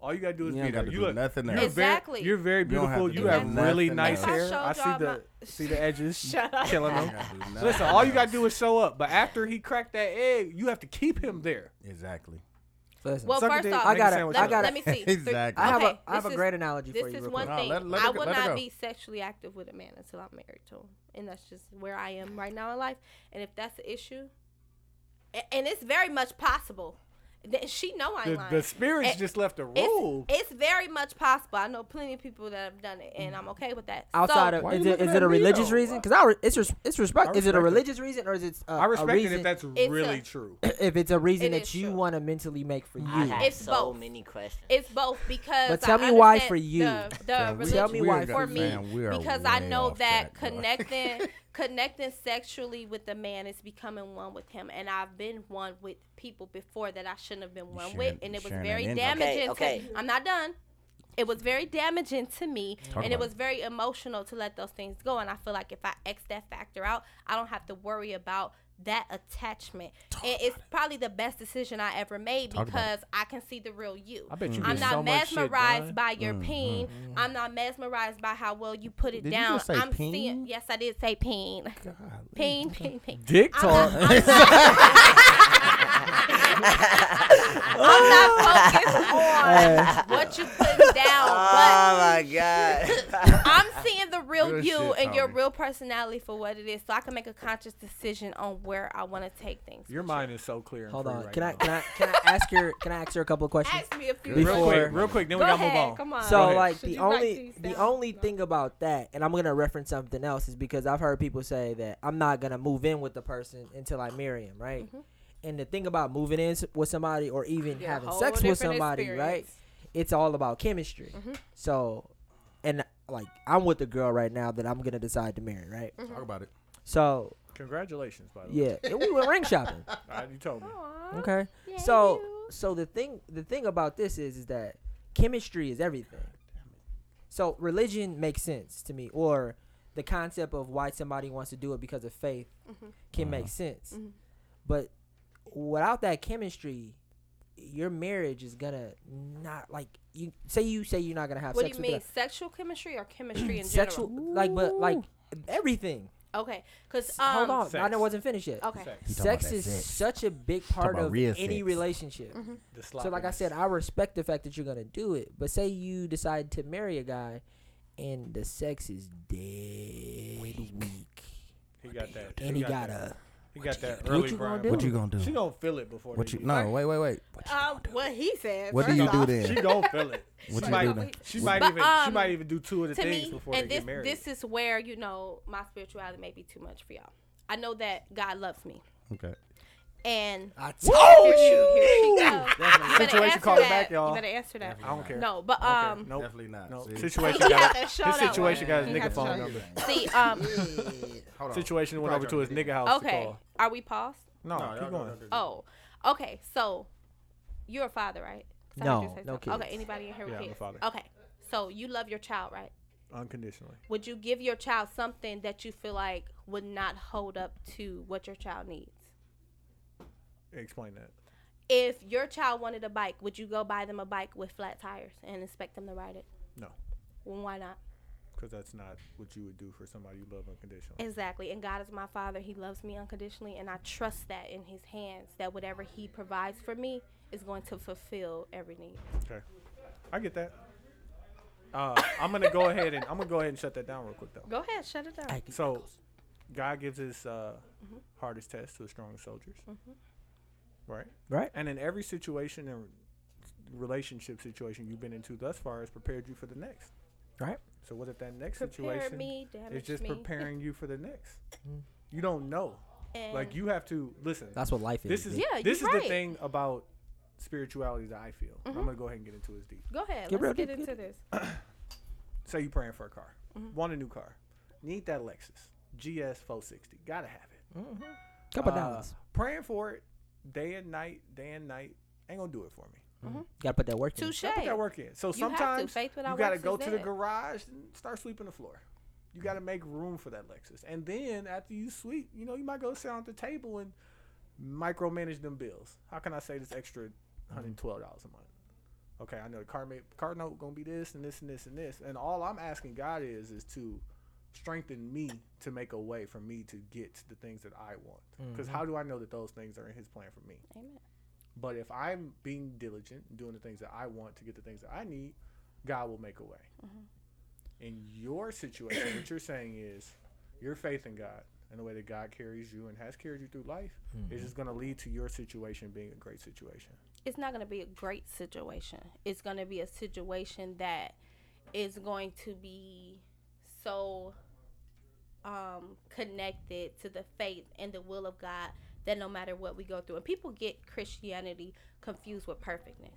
All you gotta do is You be ain't there. got to you do look, nothing you're else. very, Exactly. you're very don't have beautiful. to You do have nothing really else. nice If I hair. showed I see y'all the my- see the edges Shut up. killing You them. ain't gotta do nothing Listen, all you gotta else. do is show up. But after he cracked that egg, you have to keep him there. Exactly. Listen, well, Suck a first dick, off, make a let, sandwich let, out of it. me see. Three- Exactly. I have okay, a I have this a is- great analogy This for you. is real one quick. No, thing. let- let I it go- will let it not go. be sexually active with a man until I'm married to him, and that's just where I am right now in life. And if that's the issue, A- and it's very much possible that she know I ain't The, lying. the spirits It- just left a rule. it's, it's very much possible. I know plenty of people that have done it, and I'm okay with that. Outside so, of Why is you it, looking is it at a me, religious though? reason? Because I re- it's res- it's respect. I is it a respect it. religious reason or is it? Uh, I a respect it reason, if that's a- really true. if it's a reason It that is you true. want to mentally make for you. I have It's so both. many questions. It's both because. But I tell me why understand for you. The, the Tell me- religion tell me we why are- for me man, we are because I way know off that track, bro. connecting connecting sexually with a man is becoming one with him, and I've been one with people before that I shouldn't have been one with, sharing- and it was sharing very that energy. damaging. Okay, To, okay. I'm not done. It was very damaging to me, Talk and it about was very emotional to let those things go. And I feel like if I X that factor out, I don't have to worry about that attachment. and it's probably the best decision I ever made Talk about because I can see the real you. I bet you I'm get not so much shit mesmerized done. Mm, by your peen. I'm not mesmerized by how well you put it Did you down. just say I'm peen? seeing. Yes, I did say peen. God. Peen, peen, peen. Dick I'm talk. not, I'm not- I'm not focused Eh. on what you put down, Oh Ah, but my god. I'm seeing the real Good you shit, and your Tommy. real personality for what it is, so I can make a conscious decision on where I want to take things. Your mind is so clear. and Hold free on. right Can I now. can I can I ask your can I ask her a couple of questions? Ask me a few. Real Real before- quick, real quick. Then we Go gotta ahead, move on. come on. Go So ahead. like Should the you write only these the down? only No. thing about that, and I'm gonna reference something else, is because I've heard people say that I'm not gonna move in with the person until I marry him, right? Mm-hmm. And the thing about moving in s- with somebody or even Yeah, having whole sex with different somebody, right? experience. It's all about chemistry. Mm-hmm. So, and like I'm with a girl right now that I'm gonna decide to marry, right? Mm. Talk about it. So Congratulations, by the way. yeah, and we went ring shopping. Alright, you told me. Aw. Okay. Yay, So you. so the thing the thing about this is is that chemistry is everything. So religion makes sense to me, or the concept of why somebody wants to do it because of faith can make sense. Mm. But without that chemistry, your marriage is gonna not like you say you say you're not gonna have What do sex you with mean, sexual chemistry or chemistry in the, general? sexual like but like everything. Okay, because Hold um, on, I know Sex. it wasn't finished yet. okay, Sex. He talking about Sex that is sex. such a big part about of real any sex. relationship. Mm-hmm. The So like I sloppiness. said, I respect the fact that you're gonna do it, but say you decide to marry a guy, and the sex is dead weak, he got that. and he got a He got that you- what early you gonna Brian. do? What Wilson. you gonna do? She gonna feel it before. What they you? do it. No, wait, wait, wait. What you um, gonna do? what he said. What do first you do off. She then? gonna feel it. What she do you might, do then? She But, might even. she um, might even do two of the to things me, before and they this get married. this is where you know my spirituality may be too much for y'all. I know that God loves me, Okay. and I Here she goes. You better Situation answer call her that. back, y'all. You better answer that. I don't care. No, but I don't um, care. nope. Definitely not. No See? situation Yeah, got that his showed out. situation got his You nigga have to phone show number. see, um, Hold on. Situation went Probably over to his trying nigga house. to okay, call. are we paused? No, No, keep y'all going. go- go- go- Oh, okay. So you're a father, right? 'Cause I heard you No, say no something. Okay, kids. anybody in here with Yeah, I'm a kids? father. Okay, so you love your child, right? Unconditionally. Would you give your child something that you feel like would not hold up to what your child needs? Explain that. If your child wanted a bike, would you go buy them a bike with flat tires and expect them to ride it? No, Well, why not? because that's not what you would do for somebody you love unconditionally. Exactly. And God is my father. He loves me unconditionally. And I trust that in his hands that whatever he provides for me is going to fulfill every need. Okay, I get that. Uh, I'm gonna go ahead and I'm gonna go ahead and shut that down real quick though. Go ahead, Mm-hmm. shut it down. So, God gives his uh, hardest test to the strongest soldiers, Mm-hmm. right? Right. And in every situation and relationship situation you've been into thus far, has prepared you for the next. Right. So, what if that next Prepare situation me, damage is just me. preparing you for the next? You don't know. And Like you have to listen. That's what life is. This is bitch. Yeah, this you're is the right. Mm-hmm. thing about spirituality that I feel. I'm gonna go ahead and get into it deep. go ahead. Get real Let's get deep, get into this. Say you praying for a car. Mm-hmm. Want a new car. Need that Lexus GS 460. Gotta have it. couple Uh, dollars. Praying for it day and night, day and night ain't gonna do it for me. Gotta put that work in. Touche. I put that work in. So to. sometimes Faith you without gotta works go is to the dead. garage and start sweeping the floor. You gotta make room for that Lexus, and then after you sweep, you know you might go sit on the table and micromanage them bills. How can I say this extra hundred twelve dollars a month? Okay, I know the car ma- car note gonna be this and this and this and this, and all I'm asking God is is to strengthen me to make a way for me to get to the things that I want. Because how do I know that those things are in His plan for me? Amen. But if I'm being diligent, doing the things that I want to get the things that I need, God will make a way. In your situation, what you're saying is your faith in God and the way that God carries you and has carried you through life is just going to lead to your situation being a great situation. it's not going to be a great situation. It's going to be a situation that is going to be so um, connected to the faith and the will of God that no matter what we go through, and people get Christianity confused with perfectness.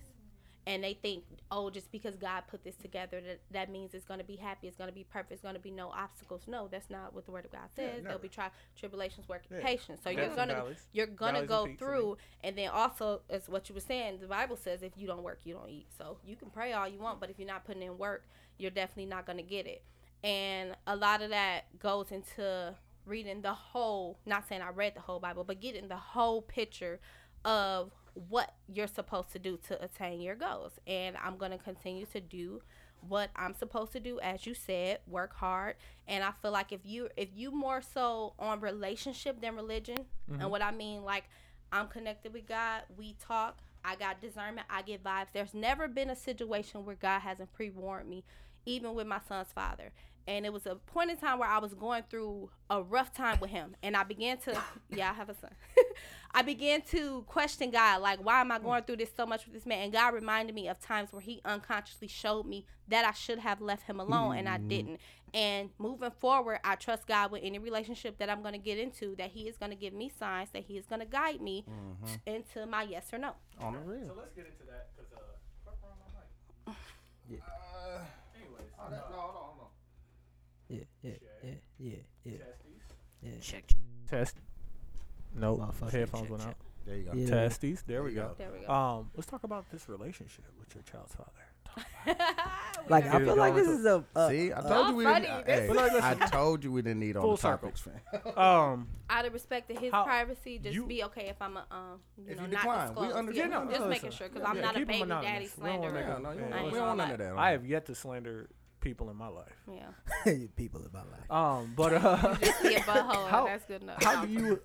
And they think, oh, just because God put this together, that, that means it's going to be happy, it's going to be perfect, it's going to be no obstacles. No, that's not what the Word of God says. There'll never. be tri- tribulations, work, Yeah. patience. So Depths you're and going to valleys. you're gonna Valleys and go peaks, I mean. through and then also as what you were saying the bible says if you don't work you don't eat so you can pray all you want but if you're not putting in work you're definitely not gonna get it and a lot of that goes into reading the whole not saying i read the whole bible but getting the whole picture of what you're supposed to do to attain your goals and i'm gonna continue to do what I'm supposed to do as you said work hard and I feel like if you if you more so on relationship than religion and what I mean like I'm connected with God we talk I got discernment I get vibes there's never been a situation where God hasn't pre-warned me even with my son's father and it was a point in time where I was going through a rough time with him and I began to yeah I have a son I began to question God, like, why am I going through this so much with this man? And God reminded me of times where He unconsciously showed me that I should have left Him alone and I didn't. And moving forward, I trust God with any relationship that I'm going to get into, that He is going to give me signs, that He is going to guide me Mm-hmm. into my yes or no. On the real. let's get into that because uh, fuck wrong with my mic. Anyways, Yeah, yeah, yeah, yeah, yeah. testes. Check. Test. No, Motherfucker, headphones check, went check. out. There you go. Yeah. Testes. There we go. There we go. Um, let's talk about this relationship with your child's father. Like Here I we feel go like this into- is a. a See, I told you we didn't. funny, I, that's hey, But like, I listen. told you we didn't need all Full the circle. topics, man. Um, Out of respect to His How- privacy, just you- be okay if I'm a, um, you If know, you not decline, we disclosed. understand. Yeah, No, no, just listen. making sure because I'm yeah, not a keep 'em baby anonymous. daddy We don't wanna slanderer. make Yeah, a- no, you yeah. don't- I ain't we don't want gonna none of that. I have yet to slander people in my life. Yeah, people in my life. Um, but uh, just be a butthole. How- and that's good enough. how do you?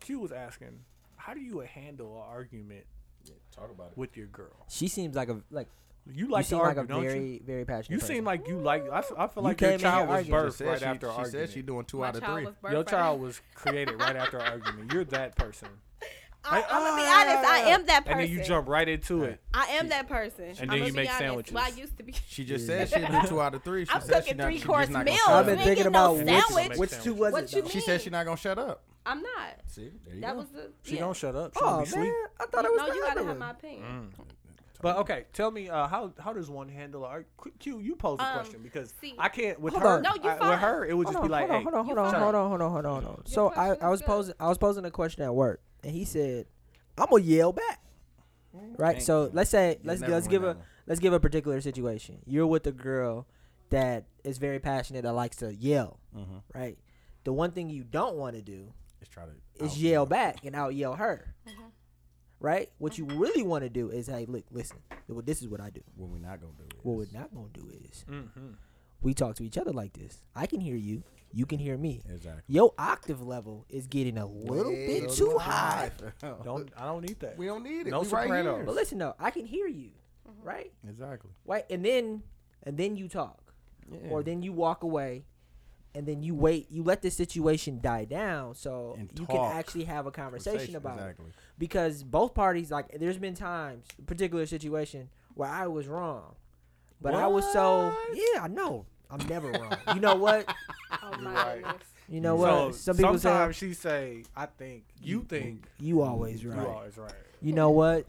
Q was asking, how do you handle an argument Talk about with your girl? She seems like a like. You You like seem to like argue, a don't very you? very passionate. You seem like you like. I, f- I feel You like your came in here child was arguing. birthed right after an she argument. said she doing two My out of child three. was Your birthed- child was created right after an argument. You're that person. I, Like, I'm gonna be ah, honest. I am that And person. then you jump right into it. I am that person. And then I'm gonna you be make honest. sandwiches. Well, I used to be. She just said she do two out of three. She I'm said she cooking not, she just three-course not gonna meals. shut I've up. been Nigga, thinking no about which sandwich. which two was What it. you though? mean? She said she not gonna shut up. I'm not. See, there you That go. was the. She yeah. don't shut up. She Oh don't be man, sleep. I thought it was No, you the gotta other have one. my opinion. Mm. But okay, tell me uh, how how does one handle? Our, Q- Q, you pose a Um, question because see- I can't with Hold her. on. No, you I- fine. with her, it would just hold be on, like, hold hey, on, hold you on, fine. hold on, hold on, hold on, hold on. So I, question I is was good. posing I was posing a question at work, and he said, "I'm gonna yell back." Mm-hmm. Right. Thank so you. let's say You let's never let's win give that a one. let's give a particular situation. You're with a girl that is very passionate that likes to yell. Mm-hmm. Right. The one thing you don't want to do Just try to. is yell back and out yell her. Right. What you really want to do is, hey, look, listen. Well, this is what I do. What we not gonna do is. What we're not gonna do is mhm. we talk to each other like this. I can hear you. You can hear me. Exactly. Your octave level is getting a little Way bit too up high. high. don't I don't need that. We don't need it. No we right sopranos. here. But listen though, I can hear you, right? Exactly. Right, and then and then you talk, or then you walk away, and then you wait. You let the situation die down, so And you talk. can actually have a conversation, Conversation, about exactly. it. Because both parties, like, there's been times, particular situation, where I was wrong, but I was so yeah, I know. I'm never wrong. You know what? Oh my right. goodness. You Mm. know So what? Some people say sometimes she say, I think you think you always you right. always right. You know what?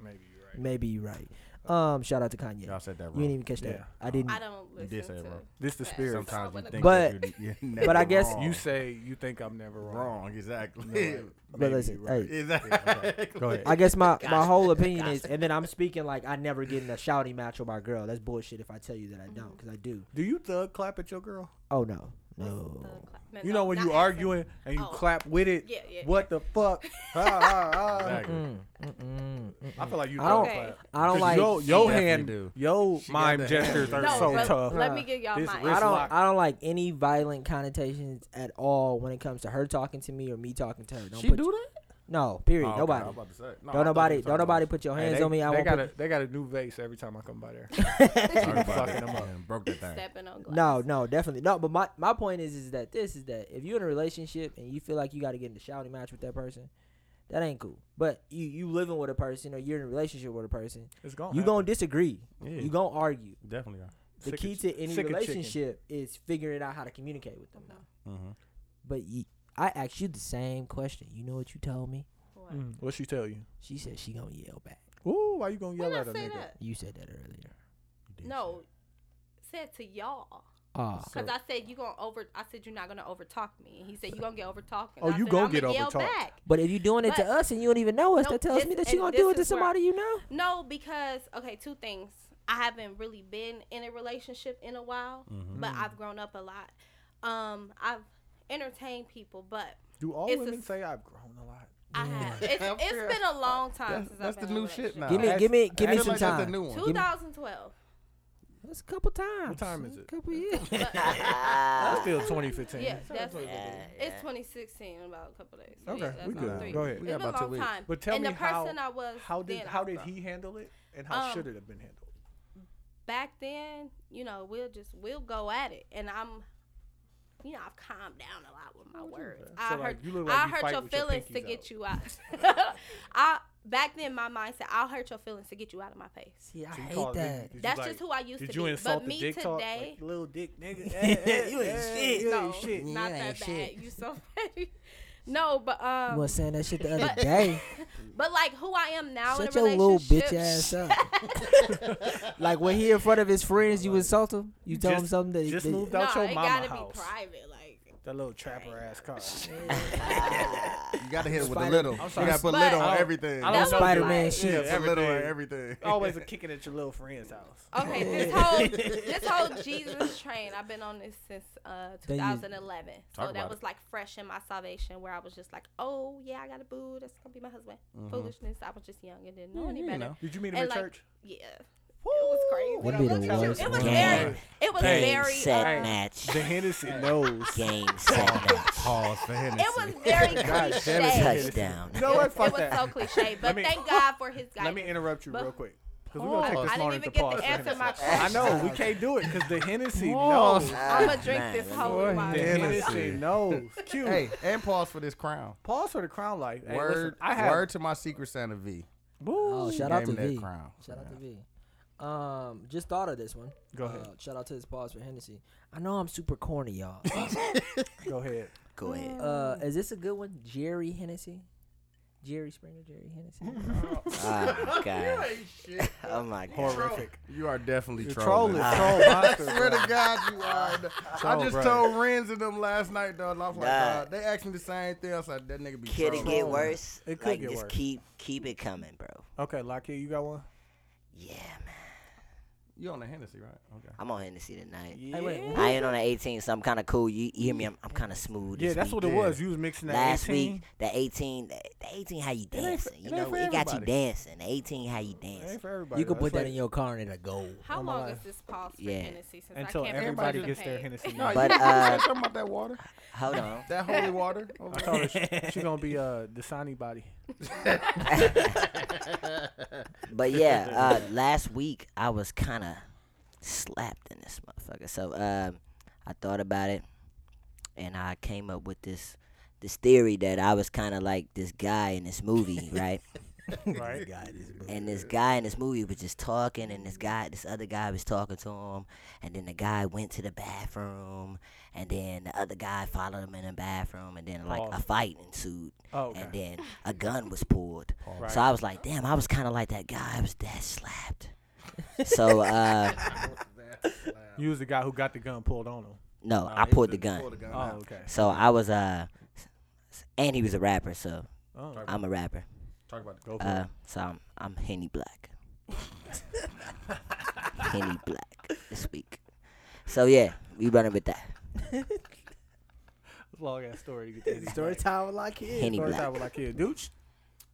Maybe you're right. Maybe you're right. Um, shout out to Kanye. Y'all said that You wrong. didn't even catch that. Yeah. I didn't. I don't listen did say it to. wrong. This the Facts. spirit. Sometimes you think. But- that you're, you're but I never guess- wrong. You say you think I'm never wrong. wrong. Exactly. but listen, hey, Exactly. Go ahead. I guess my, my whole opinion is, and then I'm speaking like I never get in a shouting match with my girl. That's bullshit if I tell you that I Mm-hmm. don't, because I do. Do you thug clap at your girl? Oh no, no. Uh, cla- no, You no, know when not you accent. arguing and you Oh. clap with it. Yeah, yeah, What the fuck? Ha, ha, ha. Exactly. Mm, I feel like you I thug don't- clap. I don't 'Cause like. yo yo definitely hand do. yo She mime got the hand gestures are gesture. No, so but tough. Let me give y'all This my. wrist I don't. lock. I don't like any violent connotations at all when it comes to her talking to me or me talking to her. Don't She put do that? No, period. Oh, okay, I nobody. was about to say. No, I thought Don't you nobody. were Don't talking nobody put your Hey, hands they, on me. I they won't got put. a they got a new vase every time I come by there. about- Sorry about fucking that. them up. Man, broke that thing. Stepping on glass. Mm. No, no, definitely no. But my, my point is is that this is that if you're in a relationship and you feel like you got to get in a shouting match with that person, that ain't cool. But you you living with a person or you're in a relationship with a person, It's gone. you gonna disagree. Yeah. You gonna argue. Definitely are. The Sick key of- to any sick of chicken. relationship is figuring out how to communicate with them. Though. Mhm. But you, I asked you the same question. You know what you told me? What? Mm. What she tell you? She said she gonna yell back. Ooh, why you gonna When yell I at a say nigga? that, You said that earlier. no, said to y'all. Ah, Cause I said you gonna over. I said you're not gonna overtalk me. And he said you gonna get overtalked. Oh, I you said, gonna "I'ma get yell overtalked." back." but if you doing it to But- us and you don't even know us, Nope, that tells this- me that and you gonna this do it to is where- somebody you know. No, because okay, two things. I haven't really been in a relationship in a while, Mm-hmm. but I've grown up a lot. Um, I've entertained people, but Do all It's a women s- say I've grown a lot? I have. It's, I'm it's sure. been a long time That's, since that's I've the been new shit now. Give me, Ask- give me, give me ask some like that's the time. new one. Give me- 2012. That's a couple times. time That's is a it? Couple years. That's still 2015. Yeah, that's Ah, Yeah, it's yeah. 2016 in about a couple days. Okay, yeah, that's we about good. three. Go ahead. We It's got been a about two long weeks. time. But tell and me the how- person I was How did then, I how was did from. he handle it, and how Um, should it have been handled? back then, you know, we'll just we'll go at it, and I'm, you know, I've calmed down a lot with my words. So, I hurt, like, you look like I you hurt fight your with your feelings to pinkies out. get you out. I back then my mindset, I'll hurt your feelings to get you out of my face. See, I So you hate called it- that. did you That's like- just who I used Did to you be. insult but the me dick talk? today, Like, little dick nigga. Eh, eh, You ain't eh, shit. You no, ain't shit. Yeah, not that ain't that bad. shit. You so bad. no, but um, You was saying that shit the other but- day. but like who I am now in Shut a your little relationship. bitch ass up. like when he in front of his friends, you insult him. You tell him Just- something that, Just that moved no, out your it mama gotta house. be private. Like, That little trapper ass car. You gotta hit it with a Spider- little. You gotta put But- little on I- everything. I You don't That know. Spider dude. Man like- shit. Yeah. gotta put little on everything. everything. Always a kicking at your little friend's house. Okay, this whole this whole Jesus train. I've been on this since uh, Then you- 2011. Talk So that about was it. like fresh in my salvation, where I was just like, "Oh yeah, I got a boo. That's gonna be my husband." Mm-hmm. Foolishness. I was just young and didn't know any better. Did you meet him And at like- church? Yeah, it was crazy. That'd be the Look at you. worst It was one. very. It was Hey, Game very. set uh, match. The Hennessy knows. Game set match. Pause for Hennessy. it was very God damn cliche. it. It Touchdown. You know what? was Fuck so that. cliche, but me- thank God for His guidance. Let me interrupt you But- Oh, real quick. Because we're going Pause. to take I this didn't long even to get to pause. for answer Hennessy. my I know. We question. can't do it because the Hennessy Pause. knows. I'm gonna drink this Ah, man, whole The bottle. Hennessy knows. Q. Hey, and pause for this crown. Pause for the crown life. Hey, word, listen, I have. word to my secret Santa V. Oh, Woo. shout out Gave to him that V. crown. Shout out to V. Um, just thought of this one. Go ahead. Uh, shout out to his pause for Hennessy. I know I'm super corny, y'all. Go ahead. Go ahead. uh, is this a good one? Jerry Hennessy. Jerry Springer, Jerry Hennessy. Oh, God. Oh, my God. Horrific. You are definitely You're trolling. Ah. trolling. I Troll swear monster. to God, you are. I Troll, just bro. told Renz and them last night, dog. I was like, Nah. dawg, they asked me the same thing. I was like, that nigga be Could it trolling. get worse? It could like, get just worse. keep keep it coming, bro. Okay, Lockheed, you got one? Yeah, man. You on the Hennessy, right? Okay. I'm on Hennessy tonight. Yeah. wait, what? I ain't on the 18, so I'm kind of cool. You, you hear me? I'm, I'm kind of smooth. Yeah, this that's what week. it was. You was mixing that Last 18. week, the 18, the, the 18, how you ain't for- dancing? it You ain't know, for it got you everybody. dancing. The 18, how you It dancing? ain't for everybody. you can though. put It's that like- in your car and it'll go. How on my long life. is this pause for Yeah. Hennessy? Since Until I can't everybody participate? gets their Hennessy. No, But, you uh, talking about that water, Hold on. that holy water. I told her she, she gonna be a Dasani body. But yeah, uh, last week I was kind of slapped in this motherfucker. So um, I thought about it, and I came up with this this theory that I was kind of like this guy in this movie, right? Right. and this guy in this movie was just talking, and this guy, this other guy was talking to him, and then the guy went to the bathroom, and then the other guy followed him in the bathroom, and then like a Pause. fight ensued, Oh, okay. and then a gun was pulled. Right. So I was like, damn, I was kind of like that guy. I was that slapped. so uh, you was the guy who got the gun pulled on him. no, I pulled the gun. Uh-huh. Oh, okay. So I was uh, and he was a rapper, so Oh, I'm a rapper. Talk about the go for Uh, it. so I'm I'm Henny Black. Henny Black this week. So yeah, we running with that. Long ass story to get to Story time like Henny Story Black. time with Lockheed. Dooch,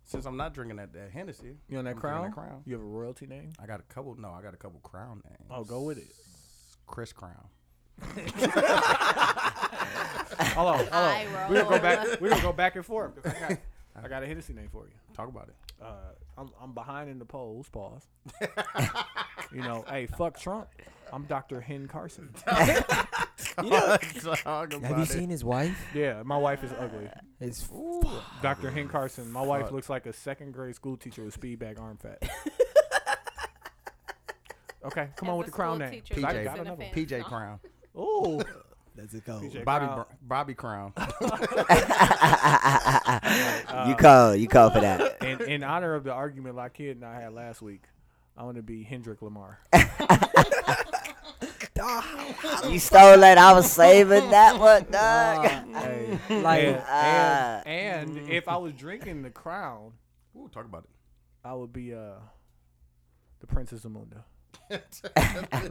Since I'm not drinking that, that Hennessy, you on that I'm crown? drinking that crown. You have a royalty name? I got a couple. No, I got a couple crown names. Oh, go with it. Chris Crown. Hold on, hold on. Eye roll. We're gonna go back. We're gonna go back and forth. 'cause I got- I got a Hennessy name for you. Talk about it. Uh, I'm, I'm behind in the polls. Pause. you know, hey, fuck Trump. I'm Dr. Hen Carson. Talk about Have you it. seen his wife? Yeah, my wife is ugly. His Dr. Hen Carson. My wife looks like a second grade school teacher with speed bag arm fat. Okay, come on As with a the crown school name. teacher, 'cause I PJ. got It's another one. PJ Crown, Ooh, That's it. Go. PJ Bobby Brown. Br- Bobby Crown. uh, you call, you call for that. in, in honor of the argument like kid and I had last week, I want to be Hendrick Lamar. You stole it. I was saving that one, dog. Hey, uh, Like, and, Ah. and, and if I was drinking the crown, Ooh, talk about it. I would be uh the Princess Amunda.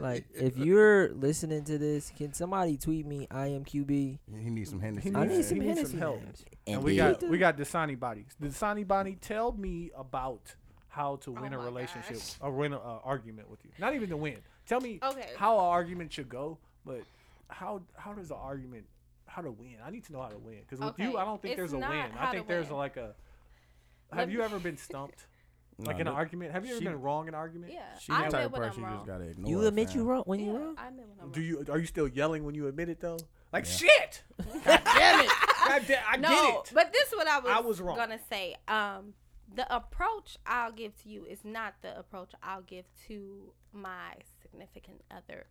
like if you're listening to this, can somebody tweet me? I am QB. He needs some Hennessy. I needs- need Yeah. some He needs Hennessy. some help. names. And Indeed. we got we got Dasani Body. Dasani Body, tell me about how to win a Oh my relationship gosh. or win an uh, argument with you. Not even to win. Tell me Okay. how an argument should go, but how how does an argument how to win? I need to know how to win because with you, Okay, I don't think it's there's a win. not I how think to there's win. like a. Have Let you me- ever been stumped? Like in an that- argument, have you ever she- been wrong in argument? Yeah. She I the type admit of when I'm person you just wrong. gotta ignore. You admit fam. you wrong when you Yeah, wrong. I admit when I'm Do wrong. you are you still yelling when you admit it though? Like shit! God damn it! God da- I No, get it. but this is what I was, I was wrong. gonna say. Um, the approach I'll give to you is not the approach I'll give to my significant other.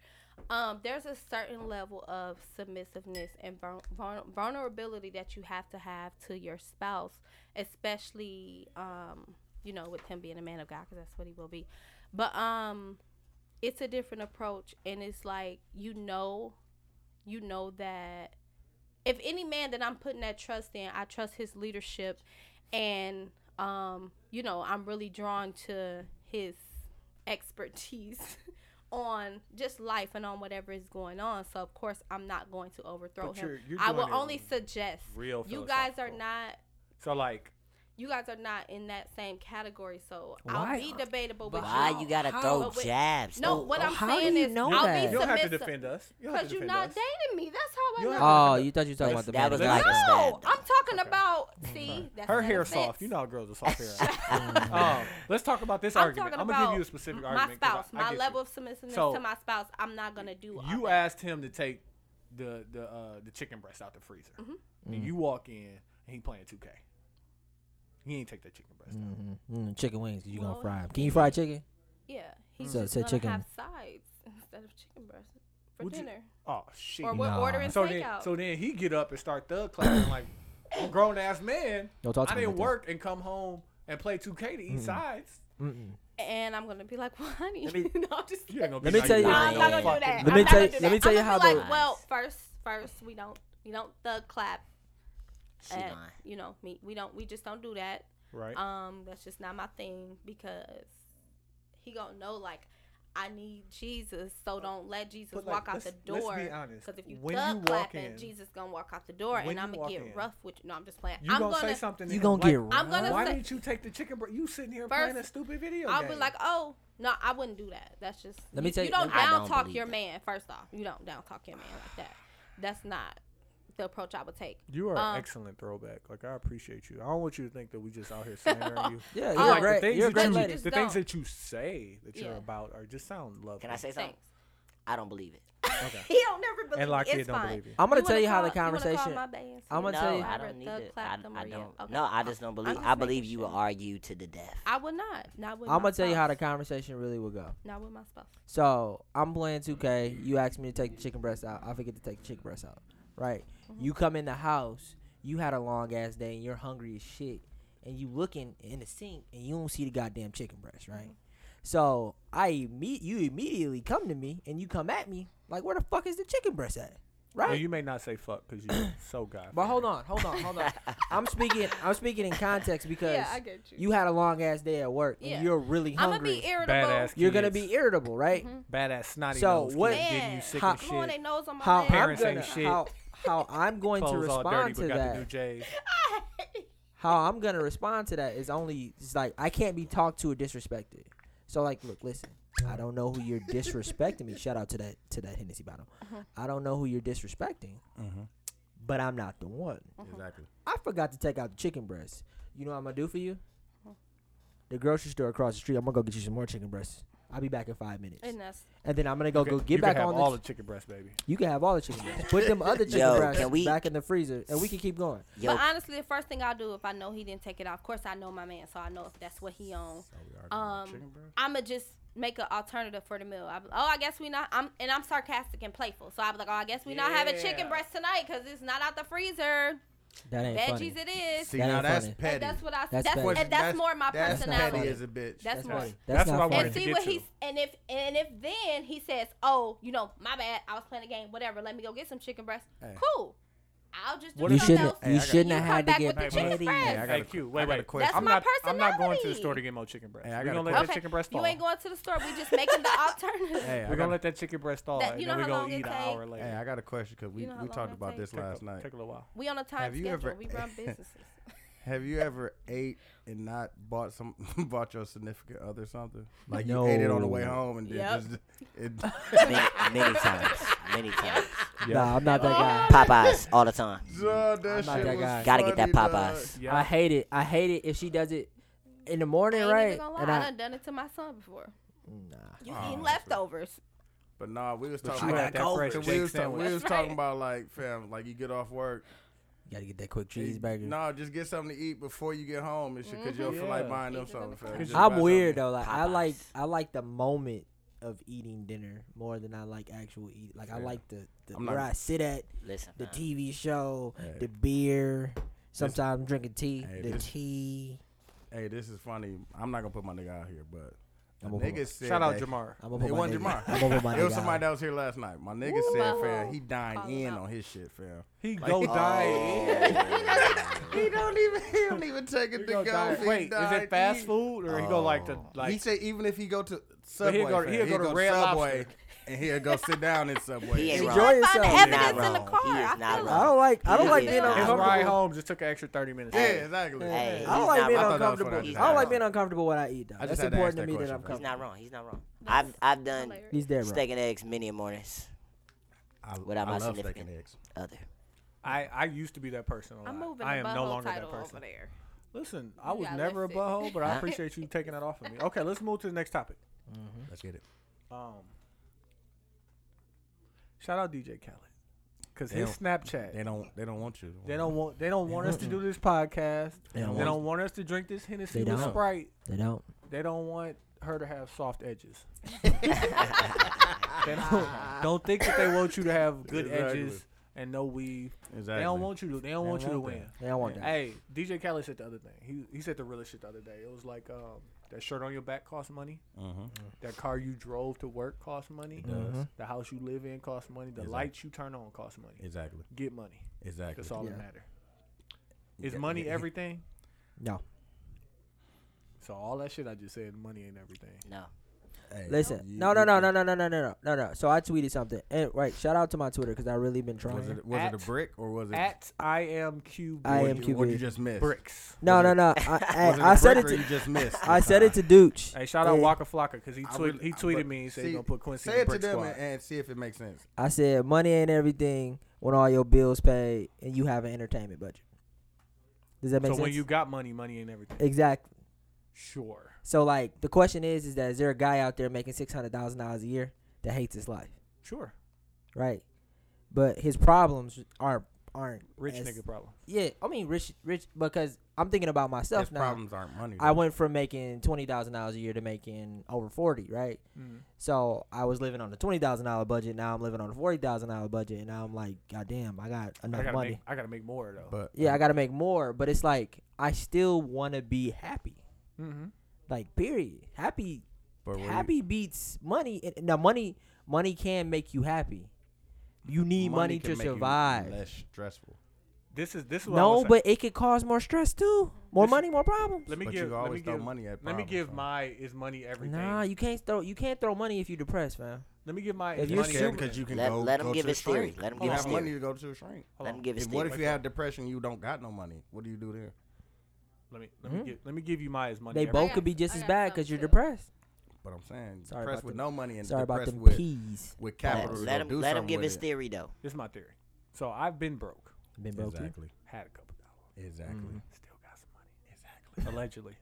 Um, there's a certain level of submissiveness and vul- vul- vulnerability that you have to have to your spouse, especially um, you know, with him being a man of God, because that's what he will be. But um, it's a different approach, and it's like you know, you know that if any man that I'm putting that trust in, I trust his leadership, and um, you know, I'm really drawn to his expertise on just life and on whatever is going on. So of course, I'm not going to overthrow But him. you're- you're I doing will it only suggest real you guys are philosophical. not So like, you guys are not in that same category. So Why? I'll be debatable with Why you. you gotta How? throw But wait, jabs? oh, no, though? what I'm oh, How do saying you is know I'll that? be You you don't have to submissive defend us. You don't have because to you're defend not us. dating me. That's how I You know. don't have Oh, you thought you were talking about the that man was of like God. like a No, stab. I'm talking about. See, that's Her not hair offense. soft. You know how girls are soft hair. Oh. um, let's talk about this I'm argument. talking I'm gonna about give you a specific my argument. 'cause I- spouse, I my get level of submissiveness So, to my spouse. I'm not gonna do. You, all you that. asked him to take the the uh, the chicken breast out the freezer, Mm-hmm. and you walk in and he playing 2K. He ain't take that chicken breast. out. Mhm. Mm, chicken wings. 'cause You gonna Well, fry 'em. Can you fry chicken? Yeah, he's So, just say gonna chicken. have sides instead of chicken breast for Would you- dinner, Oh shit. or we're Nah. ordering so then, takeout. so then he get up and start thug clapping like, I'm a grown ass man. Don't talk to I me didn't like that. work and come home and play 2K to eat sides. Mm-mm. and I'm gonna be like, "Well, honey, me- no, I'm just You ain't gonna be Let me like, tell you- No, Yeah. I'm not gonna do that. Let I'm me not tell gonna do you- let me that. tell you I'm how gonna be the- like, well, first, first we don't, we don't thug clap She at, lying. you know, me. We don't, we just don't do that. Right. Um, that's just not my thing because he gonna know like I need Jesus, so don't let Jesus But, like, walk out let's- the let's door. be honest. Because if you When you thug walk clapping, in- Jesus gonna walk out the door, when and you I'm gonna walk get in, rough with you. No, I'm just playing. You I'm gonna, gonna, say something. to You him, gonna like, get. I'm gonna Why say- didn't you take the chicken breast? You sitting here playing a First, stupid video I'll game. be like, oh no, I wouldn't do that. That's just Let me you- tell you you- don't I don't down talk believe your that. man. First off, you don't down talk your man like that. That's not the approach I would take. You are Um, an excellent throwback. Like I appreciate you. I don't want you to think that we just out here slandering you. Oh, Yeah, you're like a great. the things You're that a great you, But lady. just the things don't. that you say that you're Yeah. about are just sound lovely. Can I say something? Thanks. I don't believe it. Okay. He don't never believe And me. like, It's it don't fine. believe you. I'm gonna wanna tell you how the call- wanna call conversation. my bae and see I'm if gonna No, tell I'll you- I ever don't need thug it. I, clap them I or don't. yeah. Okay. No, I just don't believe. just I believe making you sure. will argue to the death. I would not. Not with. my I'm gonna tell you how the spouse. conversation really would go. Not with my spouse. So I'm playing 2K. You asked me to take the chicken breast out. I forget to take the chicken breast out. Right. Mm-hmm. You come in the house. You had a long ass day and you're hungry as shit. And you looking in the sink and you don't see the goddamn chicken breast. Right. Mm-hmm. So I imme- you immediately come to me and you come at me like, where the fuck is the chicken breast at? Right. And you may not say fuck because you're so god. But hold on, hold on, hold on. I'm speaking. I'm speaking in context because Yeah, I get you. you had a long ass day at work and Yeah. you're really I'm gonna hungry. be Mm-hmm. irritable. Badass. you're gonna kids. be irritable, right? Badass snotty So nose. what- kids Getting you Man, sick how- as Come on, they shit. nose on my How I'm Parents gonna, ain't shit. how how I'm going to Clothes all dirty, respond but to got the new that. J's. How I'm gonna respond to that is only it's like I can't be talked to or disrespected. So like, look, listen. I don't know who you're disrespecting me. Shout out to that to that Hennessy bottle. I don't know who you're Mm-hmm. disrespecting, but I'm not the one. Exactly. I forgot to take out the chicken breast. You know what I'm gonna do for you? The grocery store across the street. I'm gonna go get you some more chicken breasts. I'll be back in five minutes, And that's and then I'm gonna go You go can- get you back can have on all the. the chicken breast, baby. you can have all the chicken breasts. Put them other chicken Yo, breasts can we- back in the freezer, and we can keep going. Yo, But honestly, the first thing I'll do if I know he didn't take it off, of course I know my man, so I know if that's what he owns. Um, I'ma just make an alternative for the meal. I be, oh, I guess we not. I'm and I'm sarcastic and playful, so I be like, oh, I guess we not having chicken Yeah. breast tonight because it's not out the freezer. That ain't funny. Veggies, it is. See, That now ain't that's funny. petty. And that's what I. That's That's that's, petty. and that's more my that's petty personality. as a bitch. That's, more. funny. That's what I not wanted funny. And to see get what to. he's and if and if then he says, oh, you know, my bad, I was playing a game, whatever. Let me go get some chicken breast. Hey. Cool. I'll just do What You if- something shouldn't. else. Hey, I You got- shouldn't You have come had to back get with the Hey, chicken buddy. breast. Hey, I got Hey, a- Q, I wait, got a wait. question. I'm That's my not, I'm not going to the personality. store to get my chicken breast. Hey, I We're got going a to let question. that chicken breast thaw. You ain't going to the store. We just making the alternative. Hey, I We're got going a- to let that chicken breast thaw, That- and you then know we're how going long to it eat an hour take? later. Hey, I got a question because we, You know how we long talked that about takes? this Take a- last night. Take a little while. We on a time Have you schedule. ever- we run businesses. Have you ever ate and not bought some bought your significant other something? Like No. you ate it on the way home and then Yep. just it, many, many times, many times. Nah, I'm not that guy. Popeyes all the time. Duh, Oh, that I'm not shit that was guy. Gotta get that funny, dog. Popeyes. Yeah. I hate it. I hate it if she does it in the morning, I ain't right? even gonna lie. And I, Oh. I- done done it to my son before. nah. You Oh, eating that's leftovers. But nah, we was talking you about had that fresh So we Jake was, talk- we sandwich. was That's talking right. about like fam, like you get off work. You gotta get that quick you- cheeseburger. No, just get something to eat before you get home and shit, because you don't feel Yeah. like buying them Eat it in something. the Fam. car. Just buy I'm something. weird though. Like I like Popeyes. I like the moment of eating dinner more than I like actual eat. Like I Yeah. like the, the I'm where not- I sit at, Listen, the man. TV show, Hey. the beer. Sometimes drinking tea, Hey, the this- tea. Hey, this is funny. I'm not gonna put my nigga out here, but the I'm gonna put my- nigga said Shout out that- Jamar. I'm gonna It put my wasn't nigga. Jamar. I'm gonna put my It was nigga somebody out. that was here last night. My nigga Woo. said, My fam, whole- he dined Call in him out. on his shit, fam. He Like, go he- diet. He don't even he don't even take it He to go go. diet. He Wait, is died it fast in. food or he go like to like? he said even if he go to But Subway, he'll go- fam, he'll go to Red Subway Lobster. and he'll go sit down in Subway. He ain't He- wrong. Enjoy I yourself. find He's the not evidence in the wrong. car. He is I not feel wrong. I don't like I don't He like is being not his wrong. uncomfortable. ride home just took an extra thirty minutes. Yeah, Hey. exactly. Hey, I he's don't like not being wrong. I thought that was uncomfortable. funny. I don't like being uncomfortable when I eat though. I just That's had to ask important to that me that question, I'm bro. He's comfortable. not wrong. He's not wrong. I've I've done Hilarious. He's dead wrong. steak and eggs many a mornings. I, Without I my love steak significant. and eggs. other. I I used to be that person. a lot. I'm moving I the am butthole no longer that title person. over there. Listen, I You was gotta never a listen. butthole, but I Huh? appreciate you taking that off of me. Okay, let's move to the next topic. Let's get it. Um, shout out DJ Khaled because They his don't- Snapchat. They don't. They don't want you. They don't want. They don't want us to do this podcast. They don't don't, want- want us to drink this Hennessy They with don't. Sprite. They don't. They don't want her to have soft edges. they don't, don't think that they want you to have good Exactly. edges and no weave. Exactly. They don't want you to. They don't want you to want win. that. They don't want that. Hey, DJ Khaled said the other thing. He he said the realest shit the other day. It was like um, that shirt on your back costs money. Mm-hmm. That car you drove to work costs money. does. The house you live in costs money. The Exactly. lights you turn on cost money. Exactly. Get money. Exactly. That's all Yeah. that matter. Is Yeah, money yeah. everything? No. So all that shit I just said, money ain't everything. No. Hey, Listen, you- no, no, you- no, no, no, no, no, no, no, no, no. So I tweeted something, and right, shout out to my Twitter because I really been trying. Was it was it At- a brick or was it At I am Q. I Boy, am you Q. What QB. you just missed? Bricks. Was No, no, it- no. I, I, Was I a said brick it or to you just missed. I said it to Dooch. Hey, shout out and Waka Flocka because he I tweet, really- he I- tweeted but me and said see, he's gonna put Quincy Say in it the to brick them squad. and, and see if it makes sense. I said money ain't everything when all your bills paid and you have an entertainment budget. Does that so make sense? when you got money, money ain't everything. exactly. Sure. So like the question is, is that is there a guy out there making six hundred thousand dollars a year that hates his life, Sure. right? But his problems aren't aren't Rich as- nigga problem. Yeah, I mean rich rich because I'm thinking about myself His now. problems aren't money. I though. went from making twenty thousand dollars a year to making over forty, right? Mhm. So I was living on a twenty thousand dollar budget. Now I'm living on a forty thousand dollar budget, and now I'm like, God damn, I got I enough gotta money. make. I gotta make more though. But yeah, I got to make more, but it's like I still want to be happy. mm-hmm. Like, period. Happy, but were you- happy beats money. And- Now, money, money can make you happy. You need money, can to make you survive. Less stressful. This is this is what I was No, saying. but it could cause more stress too. More This- money, more problems. let me But give. you Let me always throw give. money at. Let me problems, give fam. my is money everything. Nah, you can't throw you can't throw money if you depressed, man. let me give my If is you're money super- everything. you Let- go- let him go give to a his theory. shrink. Let him You give have his money theory. to go to a shrink. Hold Let on. him give his If- what theory. if you have depression? You don't got no money. What do you do then? Let me let me give let me give you my is money. They everything. both got could be some- just I as got bad some because you're too. depressed. But I'm saying Sorry depressed about with them- no money and Sorry about depressed them with peas. with Let, capital. to let go him do let him something give with his it. theory though. This is my theory. So I've been broke. Mm-hmm. Been broke. Exactly. Had a couple dollars. Exactly. Still got some money. Allegedly.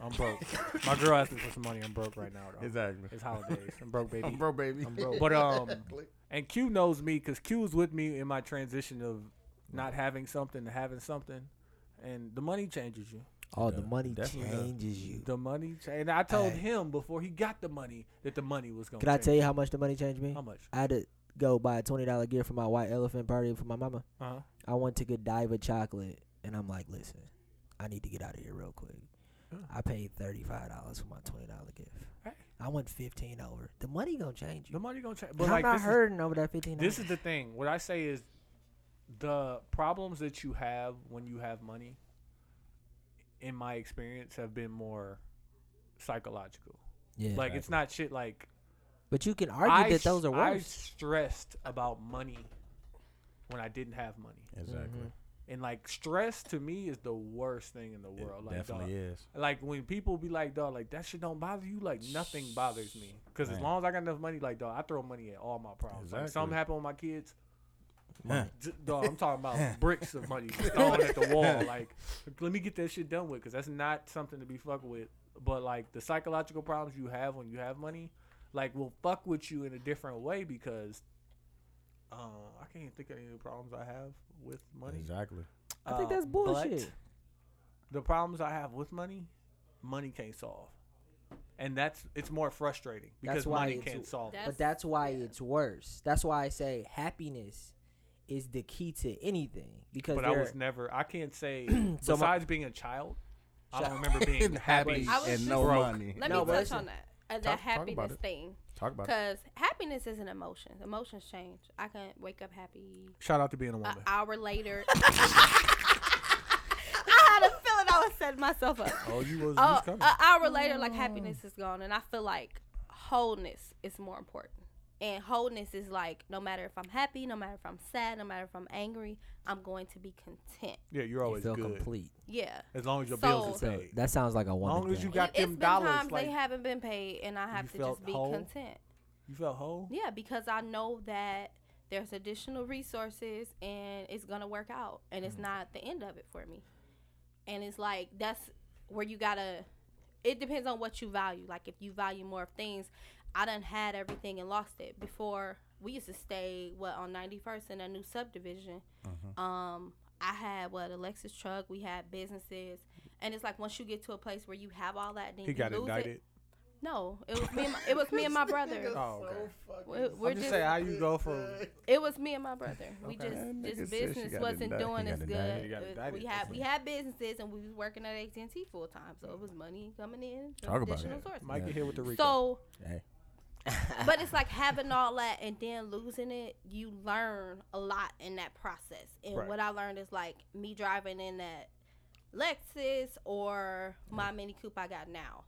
I'm broke. My girl asked me for some money. I'm broke right now, though. Exactly. It's holidays. I'm broke, baby. I'm broke, baby. I'm broke. But um, and Q knows me because Q was with me in my transition of not having something to having something, and the money changes you. Oh, the money definitely does. changes you. The money, cha- and I told Hey. him before he got the money that the money was going. Can I tell you how much the money changed me? how much? I had to go buy a twenty dollar gift for my whiteodiphant party for my mama. Uh Uh-huh. huh. I went to Godiva chocolate, and I'm like, listen, I need to get out of here real quick. Huh. I paid thirty five dollars for my twenty dollar gift. Right. I went fifteen over. The money gonna change The you. money gonna change. But But I'm like not this is- hurting over that fifteen. This is the thing. What I say is the problems that you have when you have money, in my experience, have been more psychological. yeah. like it's not shit like but you can argue that s- those are I worse. stressed about money when I didn't have money. Exactly. Mm-hmm. And like stress to me is the worst thing in the world. It like definitely dog, is. like when people be like, dog, like that shit don't bother you. Like nothing bothers me because as Man. long as I got enough money, like dog, I throw money at all my problems. Like something Exactly. happened with my kids. Huh. D- dog, I'm talking about bricks of money just thrown at the wall. Like, let me get that shit done with because that's not something to be fucked with. But like the psychological problems you have when you have money, like will fuck with you in a different way because um, I can't even think of any of the problems I have with money. Exactly. I think that's Um, but bullshit. The problems I have with money, money can't solve, and that's it's more frustrating That's because why money it's- can't solve. it. That's- But that's why it's worse. That's why I say happiness is the key to anything because But I there- was never. I can't say. So my- besides being a child, I don't remember being happy. happy I was and no just- money. Let No, me but touch listen. on that. Uh, that Talk- talk about happiness it. thing. Talk about it. Because happiness isn't emotions. Emotions change. I can wake up happy Shout out to being a an woman. hour later. I had a feeling I was setting myself up. oh, you was, Uh, you was coming. an hour later, like happiness is gone, and I feel like wholeness is more important. And wholeness is like no matter if I'm happy, no matter if I'm sad, no matter if I'm angry, I'm going to be content. yeah, you're you always feel good complete. Yeah. as long as your bills is So- So paid. that sounds like a As woman. long as thing. you got it's them been dollars, times like they haven't been paid, and I have to felt just be whole? content. you felt whole. Yeah, because I know that there's additional resources and it's gonna work out, and Mm. it's not the end of it for me. And it's like that's where you gotta. It depends on what you value. Like if you value more of things, I done had everything and lost it before. We used to stay what on 91st in a new subdivision. Mm-hmm. Um, I had what a Lexus truck. We had businesses, and it's like once you get to a place where you have all that, then He you got lose indicted. It. No, it was me. And my, it was me and my brother. Oh, okay. We're, we're I'm just just, saying how you go from it was me and my brother. We Okay. That just nigga just said she business got wasn't indicted. doing He as got good. indicted. He got It- indicted. we had we had businesses and we was working at AT and T full time, so it was money coming in. from Talk about additional it. sources. Mike Yeah. here with the Rico. So, Hey. but it's like having all that and then losing it. You learn a lot in that process. And Right. what I learned is like me driving in that Lexus or my Mini Coupe I got now.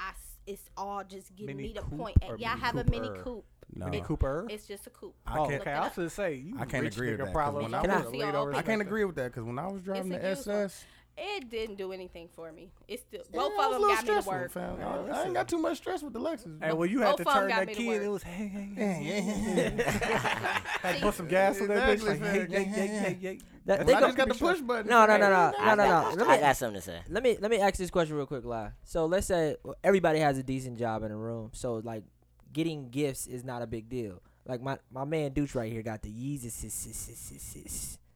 I s- it's all just getting Mini me to Coupe point. or At, yeah, I Mini have a Mini Cooper? Coupe. No. Mini Cooper. It's just a coupe. I oh, can't- okay. Look it I was up. gonna say you. I can't rich agree with nigga that, 'cause Problem. when I You was- would've laid I over I can't something. agree with that because when I was driving It's the a used one. SS, It didn't do anything for me. It's still yeah, both I of was a them little got me to stressful, work. fam. I- I ain't got too much stress with the Lexus. Hey, well, you had Both to of 'em turn got that me to key, and work. it was hey, hey, hey. Yeah, yeah, yeah, yeah. Had to put some gas on that bitch. Like, hey, hey, Exactly, fam. hey, Yeah, hey, hey. That- Well, they I go- just got the push button. No, no, no, no, no, I no, got- no. I Let me, got something to say. let me let me ask this question real quick, Lie. So let's say well, everybody has a decent job in the room, so like getting gifts is not a big deal. Like my my man Dooch right here got the Yeezus.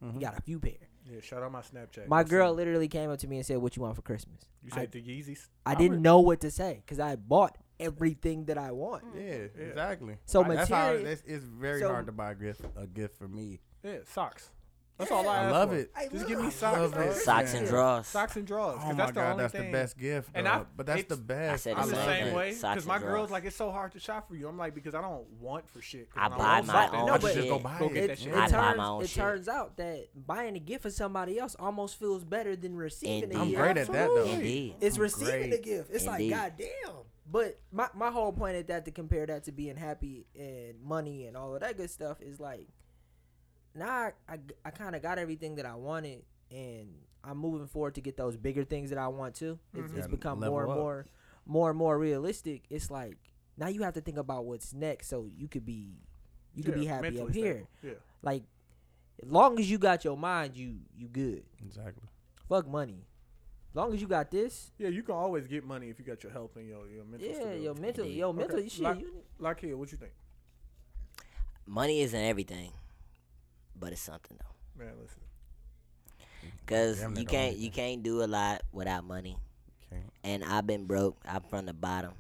Mm-hmm. He got a few pair. Yeah, shout out my Snapchat. My What's girl up? literally came up to me and said, "What you want for Christmas?" You I, said the Yeezys. I didn't know what to say because I bought everything that I want. Mm. Yeah, exactly. So That's how material- it- it's, it's very so- hard to buy a gift, a gift for me. Yeah, socks. That's all I. I ask love for. it. I Just give me love socks. it. bro. Socks and Yeah. drawers. Socks and drawers. 'cause Oh my that's the god, only that's thing. the best gift. And And I- but that's the it's- best. said I'm the love same it. way Socks because and my girl's drawers. like, it's so hard to shop for you. I'm like, because I don't want for shit. 'cause I when buy want my something, I own No, should just shit. go buy Go it. get It, that it shit. I turns, buy my own it shit. turns out that buying a gift for somebody else almost feels better than receiving Indeed. it. I'm Yeah, great at that though. Indeed. It's I'm receiving the great. gift. It's Indeed. like goddamn. But my my whole point at that to compare that to being happy and money and all of that good stuff is like now I I, kind of got everything that I wanted and I'm moving forward to get those bigger things that I want too. It's, it's Yeah, become level more and up. more more and more realistic. It's like now you have to think about what's next so you could be you could Yeah, be happy mentally up here. stable. Yeah. Like as long as you got your mind, you you good. Exactly. Fuck money. long as you got this, Yeah, you can always get money if you got your health and your your mental. yeah, stability. yo, mental, yo, mental, Okay, shit. like- you, Like here, what you think, Money isn't everything, but it's something though. man? Listen, Cause Damn, they you don't can't need you can't do a lot without money. Can't And I've been broke. I'm from the bottom.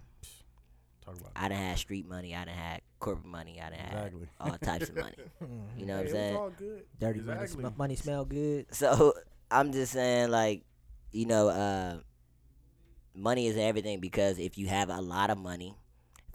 talk about I done had street money. I done had corporate money. I done had Exactly. all types of money. You hey, know what I'm it was saying? all good. dirty Exactly. money, sm- money smell good. So I'm just saying, like, you know, uh, money is everything because if you have a lot of money,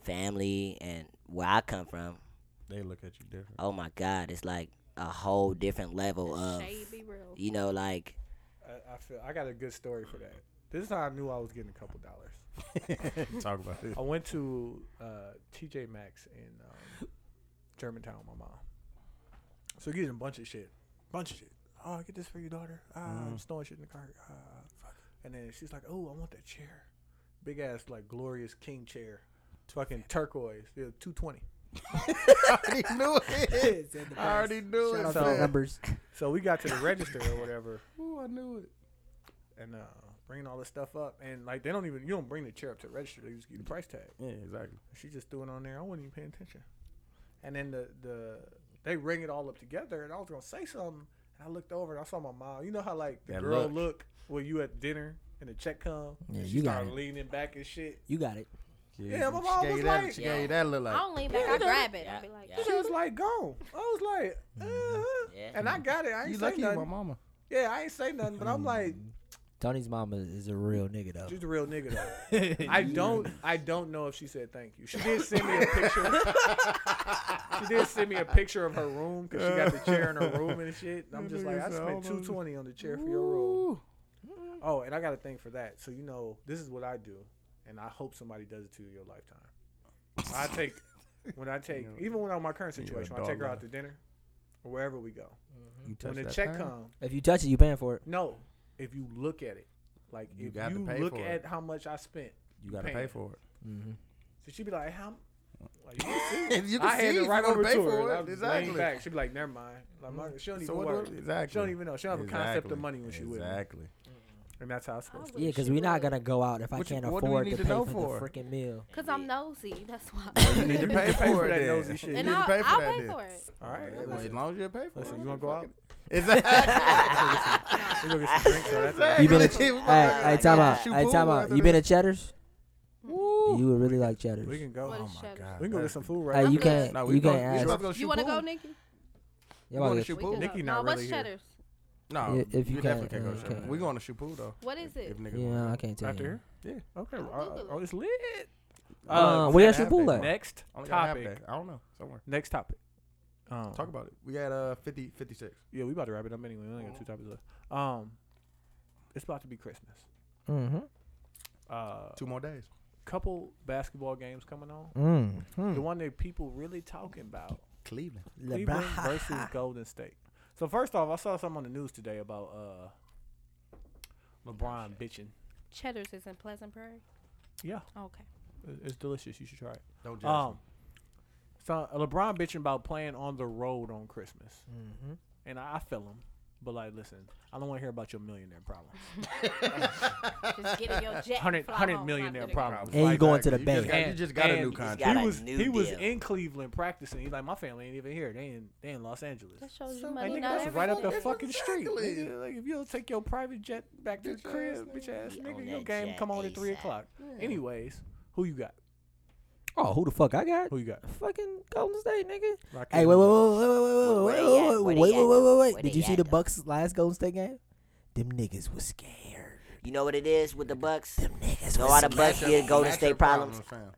family and where I come from, it. They look at you different. oh my God, it's like a whole different level of, Shade be real. you know, like I, I feel I got a good story for that. This is how I knew I was getting a couple dollars. talk about it. I went to uh, TJ Maxx in um, Germantown with my mom. So getting a bunch of shit, bunch of shit. Oh, I get this for your daughter. Ah, I'm snowing shit in the car. Ah, fuck. And then she's like, "Oh, I want that chair, big ass like glorious king chair, fucking turquoise, yeah, two twenty. I already knew it. I already knew Shout it. out So- to the man. numbers. So we got to the register or whatever, Ooh, I knew it. and uh, bringing all this stuff up, and like they don't even you don't bring the chair up to the register. They just give you the price tag. Yeah, exactly. She just threw it on there. I wasn't even paying attention. And then the the they ring it all up together, and I was gonna say something, and I looked over and I saw my mom. You know how like the That girl look. look. when you at dinner and the check come, Yeah, and you she got started it. leaning back and shit. You got it. Yeah, my mom she gave was you that, like- she gave you that look like. I don't lean back. I grab it. I be like, Yeah. She was like gone. I was like, uh-huh. Yeah. and I got it. I ain't Mm-hmm. You say lucky, nothing. my mama. Mm-hmm. Yeah, I ain't say nothing, but I'm like, Tony's mama is a real nigga though. she's a real nigga though. I don't, I don't know if she said thank you. She did send me a picture. she did send me a picture of her room because she got the chair in her room and shit. And I'm just like, I spent two twenty on the chair for your room. Ooh. Oh, and I got a thing for that. So you know, this is what I do, and I hope somebody does it to you in your lifetime. I take when I take even when I'm in my current a situation, when I take her dog out to dinner or wherever we go. You touch When the that check thing? comes, If you touch it, you paying for it. no, if you look at it, like You if got to you pay look for at it. how much I spent, you gotta paying. pay for it. so she'd be like, "How?" m- Like, you can see. And you can I see had if it you right gonna over pay to for her. it. and I was Exactly. laying back. She'd be like, "Never mind." Like, my- she don't even So what? work. do- Exactly. She don't even know. She don't have a concept of Exactly. money when she with me. Exactly. And that's how it's supposed to. Yeah, because we're not gonna go out if I What you- can't what do we afford need to to pay know for, for? the freaking meal. Cause I'm nosy. That's why. Oh, You need to pay for it. that then. nosy shit. You You and need to I'll, pay for I'll that. pay then. for it. All right. Well, As long as you pay for Listen, it. you want to go out? Exactly. We gonna get some drinks. or that's You been? A, Exactly. hey, hey, time out. Shoot Hey, pool time out. after You been to Cheddar's? Woo. You would really like Cheddar's. We can go. What Oh We is Cheddar? can go get some food right Hey, now. you good. can't. No, we you go- can't we ask. go to You want to go, Shaboom. Nikki? Yeah, going about to it. shoot We pool? can Nikki go. not no, what's really here. Cheddar's? No, If- if you we can't, definitely can't go uh, shopping. okay. We're going to Shabu though. What is If it? niggas Yeah, I want. can't tell After you. here? Yeah. Okay. I'll uh, Google Oh, it. it's lit. Uh, Uh, where it's y'all not shoot pool half at? day. next Only got half topic. day. I don't know. Somewhere. Next topic. Um, Talk about it. We had uh 50, 56. Yeah, we about to wrap it up anyway. We only got two Mm. topics left. Um, it's about to be Christmas. Mm-hmm. Uh, Two more days. couple basketball games coming on. The Mm. one that people really talking about Cleveland. Cleveland versus Golden State. So first off, I saw something on the news today about uh, LeBron bitching. Cheddar's is in Pleasant Prairie. Yeah, Okay. it- it's delicious. You should try it. No judgment. Um, so LeBron bitching about playing on the road on Christmas, Mm-hmm. and I, I feel him. But like, listen, I don't want to hear about your millionaire problems. Just get in your jet. 100, and fly 100 home. millionaire Not gonna- problems. And you Like, going to the you bank. Just got, you And- just got a and new he got contract. He a was new he was deal. in Cleveland practicing. He's like, my family ain't even here. They in they in Los Angeles. That shows you So- Like, money. nigga, Not that's right up the everything. fucking street. Exactly. Nigga. Like, if you don't take your private jet back to the Bitch ass crib, nigga. bitch ass Be nigga, on your that game jet come on at three ASAP. o'clock. Anyways, who you got? Oh, who the fuck I got? Who you got? Fucking Golden State, nigga. Rocky Hey, wait, wait, wait, wait, wait, wait, Where wait, they at? wait, Where wait, wait, they wait, at, wait, though? wait, Where wait. they Did you see at, the though? Bucks last Golden State game? Them niggas was scared. You know what it is with the Bucks? Them niggas No, was why the scared. Bucks get Golden Matchup State problems? fam.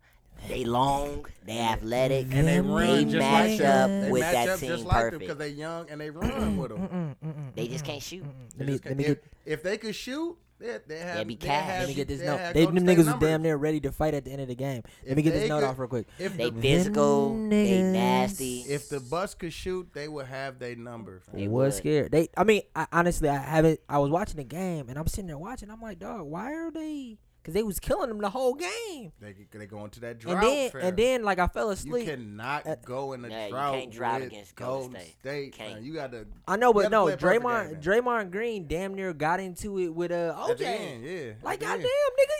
They long, they athletic, And they run just match like up them. They with match that up team just like them perfect. because they young and they run with them. they, just can't shoot. Let me Just let can't- me if, get if they could shoot, they they have. be they cash. have- let me get this they note. have They Golden them State niggas was numbers. damn near ready to fight at the end of the game. Let If me get they this note could- off real quick. If They the, physical, they niggas. nasty. if the bus could shoot, they would have their number. fam. They would. was scared. They, I mean, I, honestly, I haven't. I was watching the game and I'm sitting there watching. I'm like, dog, why are they? Because because they was killing them the whole game. They they go into that drought. And then fam. and then like I fell you asleep. cannot Uh, go in the Yeah, you drought. can't drive with against Golden State. man. Can't. You got to. I know, you but gotta no, play a perfect Draymond game, man. Draymond Green damn near got into it with uh At the end, OJ. yeah. at Like goddamn the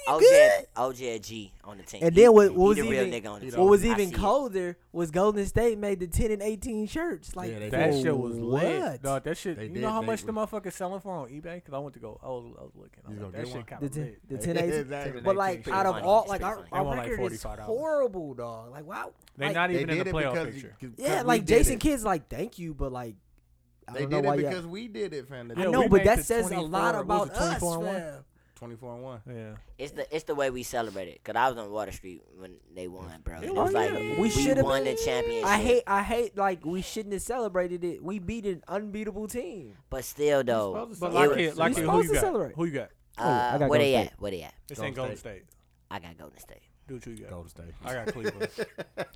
nigga, end. you OJ, good? OJ G on the team. And He- then what, what was he the real even nigga on the team. what was I even see it. colder was Golden State made the ten and eighteen shirts. Like Yeah, they That for shit was what? lit. Dog, that shit. They you did, know how they much the was- motherfucker selling for on eBay? Because I went to go. I was, I was looking. I was You like, gonna that get shit one? kind The of ten, lit. the Hey, ten eighteen. exactly. But like Pretty out of funny. all, It's like pretty our, funny. our I want, like, record is $45. horrible, dog. Like wow, They like, not They even in did the it playoff because picture. you- 'cause yeah, we like did Jason it. Kidd's like thank you, but like I They don't know did why. it y'all- because we did it, fam. Yeah, I know, we but made that the says a 24 lot what was about it, us, 24 and one? fam. Twenty-four and one. Yeah. It's the it's the way we celebrate it. Cause I was on Water Street when they won, bro. And It was Oh, like yeah. We we, should've won been- the championship. I hate, I hate. Like we shouldn't have celebrated it. We beat an unbeatable team. but still though. supposed to But it like was- it, like We it, who supposed you to got? celebrate. Who you got? Oh, I uh, got where Golden they State. at? Where they at? This ain't Golden Golden State. I got Golden State. Do what you got. Golden State. I got Cleveland.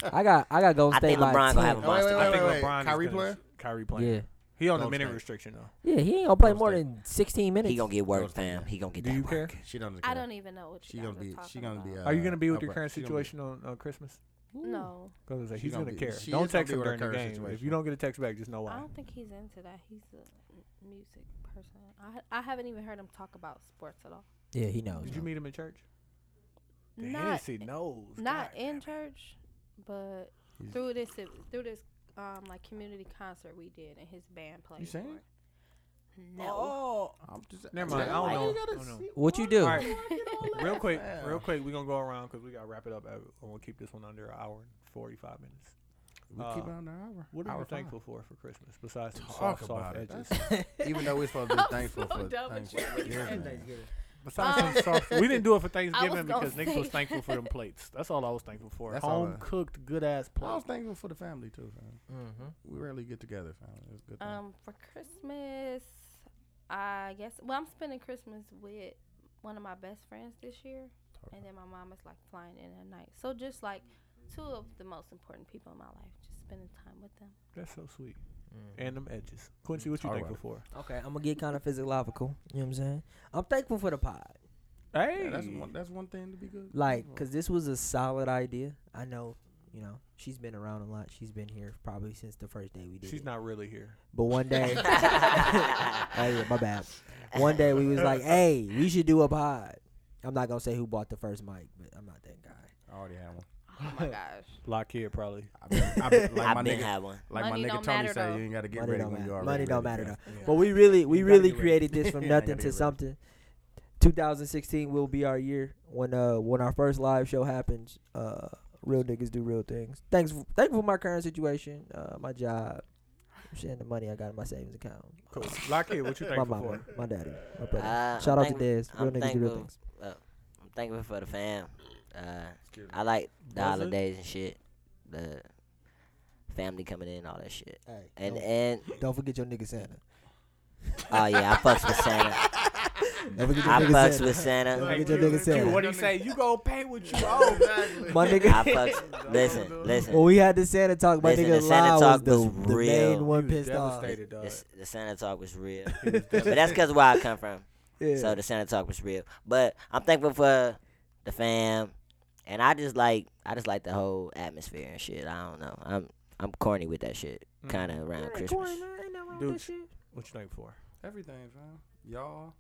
I got, I got Golden I State think by LeBron 10. gonna have a Oh, wait, monster. wait, I game. think wait. LeBron. is Kyrie gonna- playing? Kyrie Yeah, playing. He on the Golden minute State. restriction though. yeah. He ain't gonna play Golden more State. than sixteen minutes. He gonna get work, Golden State, fam. yeah. He gonna get Do that you work. care? She don't. I don't even know what She you gonna guys be. talking She gonna about. be. uh, Are you gonna be with the your current situation on uh, Christmas? No, Because like, She he's gonna gonna be- care. she Don't is gonna text be him with her during the game. current If situation. you don't get a text back, just know I why. don't think he's into that. He's a m- music person. I I haven't even heard him talk about sports at all. Yeah, he knows. Did you meet him in church? The not Hennessy knows. not God in damn church, but through this through this um like community concert we did and his band played. You sang? for it. it. No. Oh, I'm just. never mind. Why I you don't know. gotta I don't know. What you do? All right, real quick, Yeah. real quick. We're gonna go around because we gotta wrap it up. I, I want to keep this one under an hour and forty-five minutes. We keep Uh, it on the hour. What are Hour you five. thankful for for Christmas besides the Talk soft, soft about it. edges? Even though we're supposed to be I'm thankful so for done with thankful. you. Yeah, man. Besides those soft, we didn't do it for Thanksgiving Uh, gonna because niggas say was thankful for them plates. That's all I was thankful for. That's all I- Home cooked, good ass I was plates. thankful for the family too, fam. We rarely get together, fam. It's a good. thing. Um, for Christmas, I guess. Well, I'm spending Christmas with one of my best friends this year, and then my mom is like flying in at night. So just like two of the most important people in my life, just spending time with them. That's so sweet. And them edges. Quincy, what you All thankful right. for? Okay, I'm gonna get kind of physiological. You know what I'm saying? I'm thankful for the pod. Hey, Yeah, that's one. That's one thing to be good. Like, Mm. cause this was a solid idea. I know, you know, she's been around a lot. She's been here probably since the first day we did. she's it. not really here. But one day, oh yeah, my bad. One day we was like, hey, we should do a pod. I'm not gonna say who bought the first mic, but I'm not that guy. I already had one. Oh my gosh! Lockheed probably. I been, I been, like I've my been nigga, had one. like Money my don't nigga Tony matter, said, though. you ain't got to get Money ready don't when you matter. already. Money don't ready, matter fam. though. But we really, we You gotta really get ready. created this from You nothing gotta to get ready. something. 2016 will be our year when uh when our first live show happens. Uh, real niggas do real things. Thanks, f- thankful for my current situation, uh, my job, I'm sharing the money I got in my savings account. Cool. Lockheed, what you my thankful mama, for? my daddy, my brother. Uh, Shout I'm out to Dez. thankful- Real I'm niggas do real thankful. things. I'm thankful for the fam. Uh, I like the Was it? holidays and shit. The family coming in, all that shit. Hey, And don't, and don't forget your nigga Santa. oh yeah, I fucks with Santa. Don't forget your I nigga fucks Santa. with Santa. Look at your nigga Santa. What do you say? You go pay what you owe. My I nigga. fucks. Listen, listen. When we had the Santa talk, my Listen, nigga the Santa Lyle talk was the, was the main real. one He was pissed off. devastated, dog. The, s- the Santa talk was real, but that's because where I come from. Yeah. So the Santa talk was real. But I'm thankful for the fam, and I just like I just like the whole atmosphere and shit. I don't know. I'm I'm corny with that shit, Mm. kind of around Christmas. Dude, what you thankful for? Everything, fam. Y'all.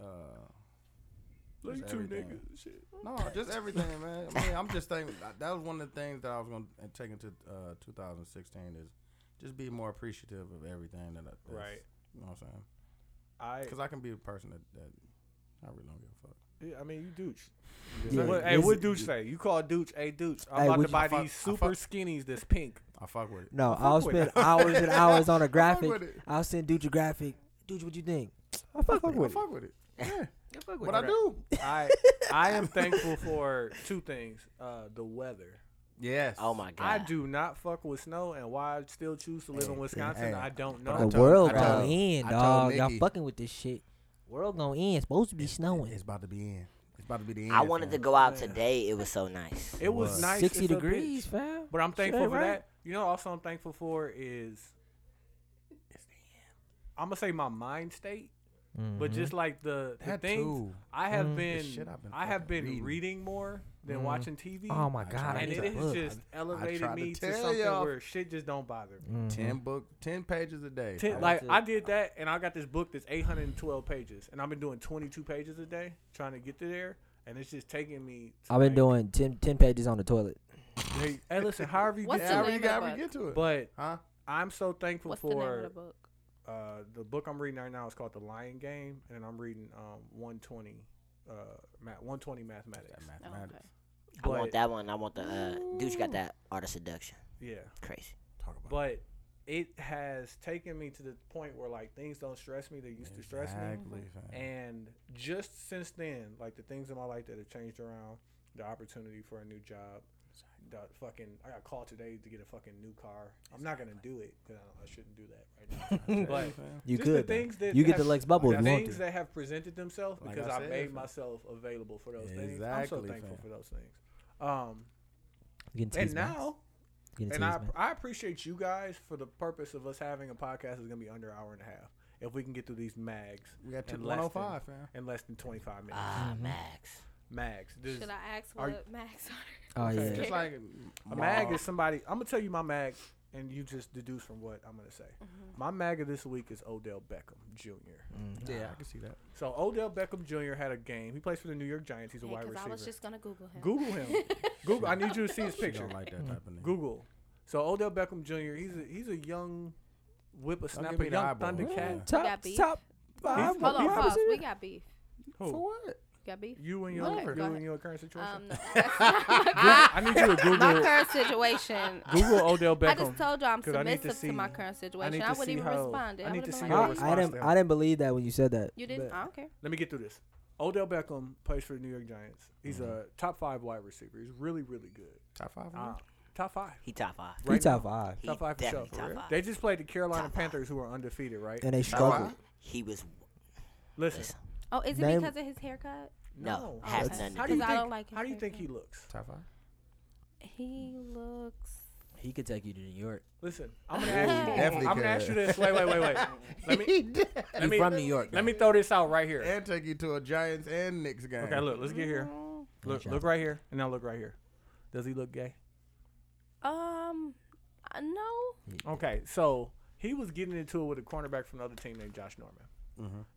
Uh, Look just at you, everything. nigga. Shit. No, just everything, man. I mean, I'm just thinking that was one of the things that I was going to take into uh, 2016 is just be more appreciative of everything that. I, that's- Right. You know what I'm saying? I, Because I can be a person that, that I really don't give a fuck. yeah, I mean, you douche. Yeah, What- hey, what listen- douche say? You call douche, hey douche. I'm Hey, about would to you- buy I fuck- these I super fuck- skinnies that's pink. I fuck with it. No, fuck I'll with spend it. hours and hours on a with graphic. it. I'll send dude a graphic. Dude, what you think? I fuck, I with it. fuck with it. Yeah. I fuck with What I it. do? I I am thankful for two things. Uh, the weather. Yes. Oh my god. I do not fuck with snow, and why I still choose to live in Hey, Wisconsin, hey. I don't But I know. told- The world I gonna told- end, I told dog. Y'all Nikki- fucking with this shit. World gonna end. Supposed to be snowing. It's about to be in. It's about to be the end. I wanted fam. to go out today. It was so nice. It was What? nice. Sixty as a degrees, bitch. fam. But I'm Shit thankful ain't for right. that. You know, also I'm thankful for is I'm gonna say my mind state But Mm-hmm. just like the, the That things too. I have been, shit I've been I have fucking been reading. reading. more than watching TV. Oh my god! I And need it to has look. just elevated tried to me to, tell something y'all. where shit just don't bother me. Mm-hmm. Ten book, Mm-hmm. ten pages a day. Ten, I like to- I did that, and I got this book that's 812 pages, and I've been doing 22 pages a day trying to get to there, and it's just taking me. To I've been like- doing 10, 10 pages on the toilet. Hey, hey, listen, however you What's get to the yeah, it, we name of got the to book? get to it, but huh? I'm so thankful What's the name of for the book? uh, the book I'm reading right now is called The Lion Game, and I'm reading um, 120, uh, math, 120 mathematics. Oh, okay. I want But- that one. I want the uh, dude. got that art of seduction. Yeah, Crazy. but it has taken me to the point where like things don't stress me. They used to stress me. Exactly, fam. And just since then, like the things in my life that have changed around, the opportunity for a new job, the fucking I got called today to get a fucking new car. I'm not gonna do it because I, I shouldn't do that right now. but You just could. the though. things that you get have- the Lex Bubble if you want things to. that have presented themselves Like because I I, said, made fam. myself available for those things. I'm so Exactly, thankful fam. for those things. Um, You can tease and me. now. You can And I, tease me. I appreciate you guys for the purpose of us having a podcast is gonna be under an hour and a half. If we can get through these mags, We got to in less than- 105, fam. in less than twenty five minutes. Ah, Max. mags. This, Should I ask are- what Max are? Oh yeah. Just like a mag is somebody. I'm gonna tell you my mag, and you just deduce from what I'm gonna say. Mm-hmm. My mag of this week is Odell Beckham Jr. Mm-hmm. Yeah, I can see that. So Odell Beckham Jr. had a game. He plays for the New York Giants. He's a wide Because I receiver. was just gonna Google him. Google him. Google. I need you to see his She picture. don't like that type of nigga. Google. So Odell Beckham Jr. He's a he's a young Don't whippersnapper, give me the young eyeball. Thundercat. Top got beef. top five. He's- Hold on, Wide pause. We got beef. Who? For what? You got beef. You and your Okay, go you ahead. and your current situation. Um, no, that's not Google- I need you to my Google current situation. Google Odell I Beckham. just told you I'm 'cause I need to submissive to my see- I current need situation. to I wouldn't see even how- respond. I I need would've to been see like, how I, response I didn't. there. I didn't believe that when you said that. You didn't? but- I don't care. Let me get through this. Odell Beckham plays for the New York Giants. He's a top five wide receiver. He's really really good. Top five. Mm-hmm. Uh, top five. He top five. You top five. He Top five for sure. definitely top five. They just played the Carolina Top five. Panthers, who are undefeated, right? And they Wow. struggled. He was Listen, Oh, is it Name- because of his haircut? no. no. Has Okay. nothing. How to do do- you Because I think? don't like his how do you think he haircut. looks? Top five. He looks. He could take you to New York. Listen, I'm gonna ask you. definitely I'm gonna ask you could. this. Wait, wait, wait, wait. Let me. Let You me from New York? Let me throw this out right here. And take you to a Giants and Knicks game. Okay, look. Let's get here. Look, job. look right here, and now look right here. Does he look gay? Um, uh, no. Okay, so he was getting into it with a cornerback from another team named Josh Norman.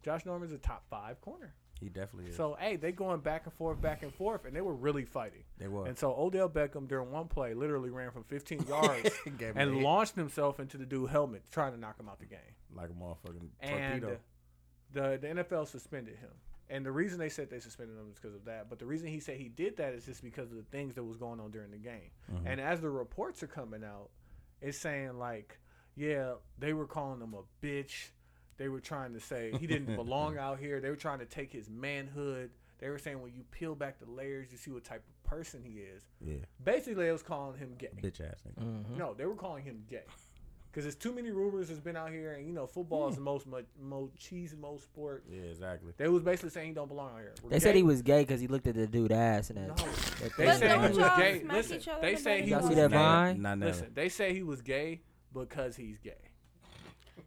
Josh Norman's a top five corner. mm-hmm. He definitely is. So hey, they going back and forth, back and forth, and they were really fighting. They were. And so Odell Beckham during one play literally ran from 15 yards Gave him a and hit. launched himself into the dude helmet, trying to knock him out the game. like a motherfucking And torpedo. the the NFL suspended him. And the reason they said they suspended him is because of that. But the reason he said he did that is just because of the things that was going on during the game. And as the reports are coming out, it's saying like, yeah, they were calling him a bitch. They were trying to say he didn't belong out here. They were trying to take his manhood. They were saying when you peel back the layers, you see what type of person he is. Yeah. Basically, they was calling him gay. Bitch ass nigga. Mm. No, they were calling him gay. Because there's too many rumors that's been out here, and you know, football is the most mo- machismo sport. Yeah, exactly. They was basically saying he don't belong out here. We're They said gay. he was gay because he looked at the dude ass and that. No. that They thing. said he don't was y'all gay. smack Listen, each other they in the say he Y'all was see that gay. vine? Not never. Listen, they say he was gay because he's gay.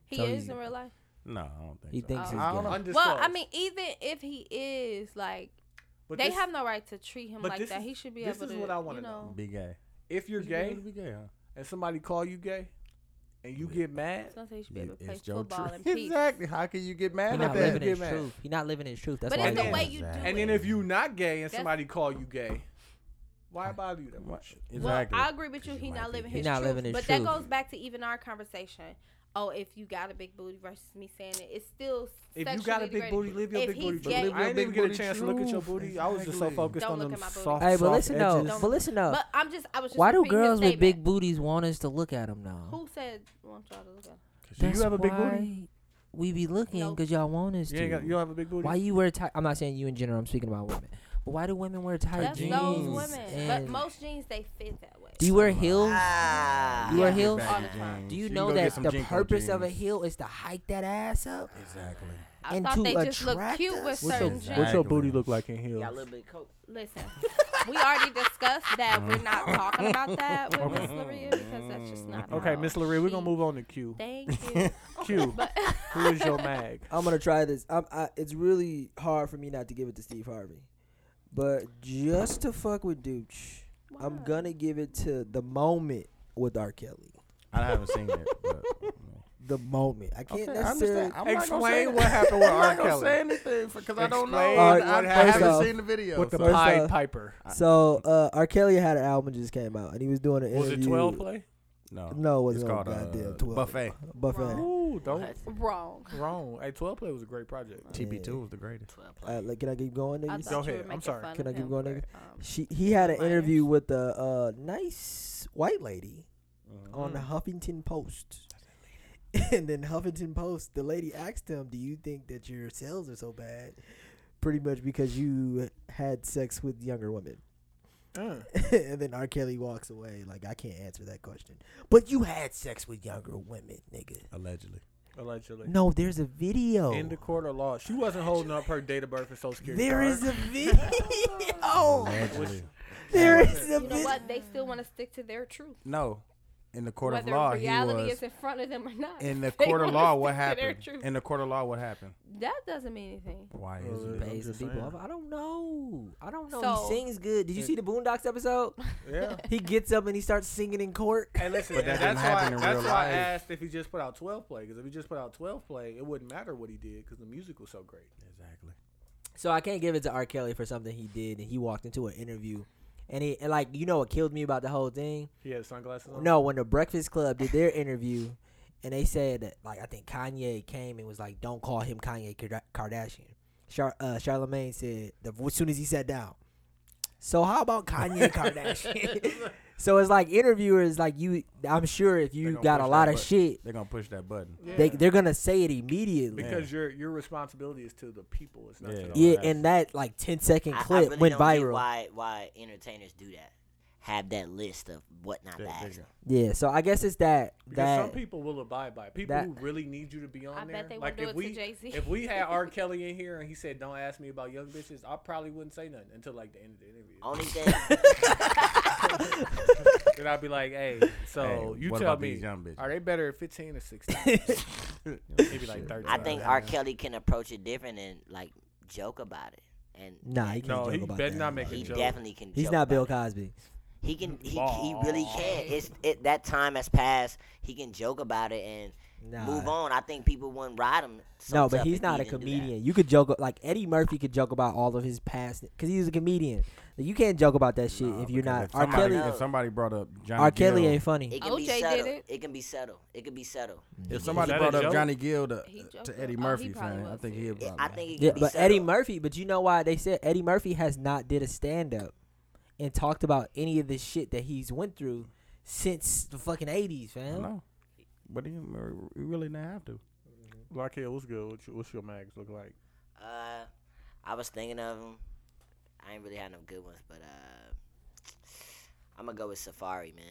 He So is he- in real life. No, I don't think He so. thinks he's I don't gay. know. Undisclosed. Well, I mean, even if he is, like, but they this- have no right to treat him but like this that. is- he should be this able is to. what I you wanna know. know. Be gay. If you're gay Be gay, huh? and somebody call you gay, and you get mad, I was gonna say you should be It- able to play it's your football truth. in peace. Exactly. How can you get He mad Nah, at not they living get his mad. that? truth. He not living his truth. That's But why. it's the he- way you do Exactly. and it. then if you not gay and That's- somebody call you gay, why bother you that much? Well, Exactly. I agree with you. He not living He his not truth. living his but truth. that goes back to even our conversation. Oh, if you got a big booty versus me saying it, it's still. If you got a sexually big degrading. booty, live your If big he's booty. gay- truth. I didn't Live your even get a big chance to booty look at your truth. booty. I was just so Exactly. focused Don't on look them at my booty. soft, Hey, but soft listen though. edges. But listen though. But I'm just. I was. Just Why do repeating his girls with big statement. booties want us to look at them now? Who said want y'all to look at? Do you That's have a big booty? why We be looking Nope. because y'all want us You, to. ain't got, you don't have a big booty. why you wear tight? I'm not saying you in general. I'm speaking about women. But why do women wear tight That's jeans? those women. But and- most jeans they fit that way. do you wear heels? Ah. You wear Yeah. heels? Mm, All the time. Do you know that the purpose of a heel? heel is to hike that ass up? Exactly. I And thought to they just looked attract cute with us. What's your- certain jeans. What's your Exactly. booty look like in heels? Got a little bit of coke. Listen, we already discussed that we're not talking about that with Miss Laria because that's just not. Uh-huh. Okay, how Miss Larry, we're gonna she- move on to Q. Thank you. Q, But who is your mag? I'm gonna try this. I'm, I, it's really hard for me not to give it to Steve Harvey, but just to fuck with Dooch, I'm Why? gonna give it to the moment with R. Kelly. I haven't seen it. But, The moment. I can't Okay, I necessarily. understand. I'm not gonna say Explain that. what happened with I'm R. not gonna Kelly. say anything because I don't know. Explain I, what I happened. haven't First off, seen the video. With the so- First Pied off- Piper. So uh, R. Kelly had an album just came out, and he was doing an Was interview. it 12 play? no, No, it it's wasn't no called goddamn uh, 12. buffet. Buffet. Ooh, don't. What? wrong. Wrong. Hey, 12 play was a great project. TP2 was the greatest. Twelve Uh, play. like, can I keep going? I Nigga? thought Go you ahead. were I'm making sorry. fun Can of I keep him going, for, nigga? um, She he had an Myers. interview with a uh, nice white lady on Mm. the Huffington Post. And then Huffington Post, the lady asked him, "Do you think that your sales are so bad, pretty much because you had sex with younger women?" Mm. and then R. Kelly walks away like, "I can't answer that question." But you had sex with younger women, nigga. Allegedly. Allegedly. No, there's a video. In the court of law, she wasn't holding up her date of birth and social security There card. is a video. Allegedly. there is a You know video. what? They still want to stick to their truth, No, in the court whether of law, he reality was. is in front of them or not. In the They court of wanna law, what stick to their happened? truth. In the court of law, what happened? That doesn't mean anything. Why Well, is it- it? I'm Pays the just people saying. off. I don't know. I don't know. So- he sings good. Did you see the Boondocks episode? Yeah. He gets up and he starts singing in court. Hey, listen, But that and didn't that's happen why, in that's why real I life. asked if he just put out 12 play, because if he just put out 12 play, it wouldn't matter what he did, because the music was so great. Exactly. So I can't give it to R. Kelly for something he did, and he walked into an interview, and he and like you know what killed me about the whole thing? He had sunglasses on. No, when the Breakfast Club did their interview, and they said that like I think Kanye came and was like, "Don't call him Kanye Kar- Kardashian." Char- uh, Charlemagne said the as soon as he sat down. So how about Kanye Kardashian? so it's like interviewers like you. I'm sure if They you gonna got a push lot that of button. shit, They're gonna push that button. Yeah. they they're gonna say it immediately. because your your responsibility is to the people. It's not Yeah. to the yeah, artist. and that like 10 second I- I clip really went don't get viral. Why why entertainers do that? Have that list of what not They- to they- ask. Yeah, so I guess it's that Because that some people will abide by it. People that- who really need you to be on I there. bet they like won't do if it to we Jay-Z. if we had R. Kelly in here and he said, "Don't ask me about young bitches," I probably wouldn't say nothing until like the end of the interview. Only thing then I'd be like, "Hey, so Hey, you what tell about me, these young bitches? are they better at 15 or 16?" Maybe like 30. I think R. Kelly can approach it different and like joke about it. And nah, he can't No, joke he about better that. not make he a joke. definitely can. He's joke not about Bill it. Cosby. He can. He, he really can. It's it, that time has passed. He can joke about it and Nah. move on. I think people wouldn't ride him. so No, but tough he's if not he a didn't do that. comedian. You could joke like Eddie Murphy could joke about all of his past because he was a comedian. Like, you can't joke about that shit Nah, if you're because not if R. somebody, Kelly. No. If somebody brought up Johnny R. Kelly Gill, ain't funny. It can be OJ did subtle. it. It can be subtle. It can be subtle. if somebody that a brought up joke? Johnny Gill to, He joked to about- Eddie oh, he Murphy, probably fan, I was think he. It- About I think it can Yeah, be but subtle. Eddie Murphy. But you know why they said Eddie Murphy has not did a stand up and talked about any of the shit that he's went through since the fucking eighties, fam. No, but he, he really didn't have to. Raquel, what's good? What's your, what's your mags look like? Uh, I was thinking of him. I ain't really had no good ones, but uh, I'm gonna go with Safari, man.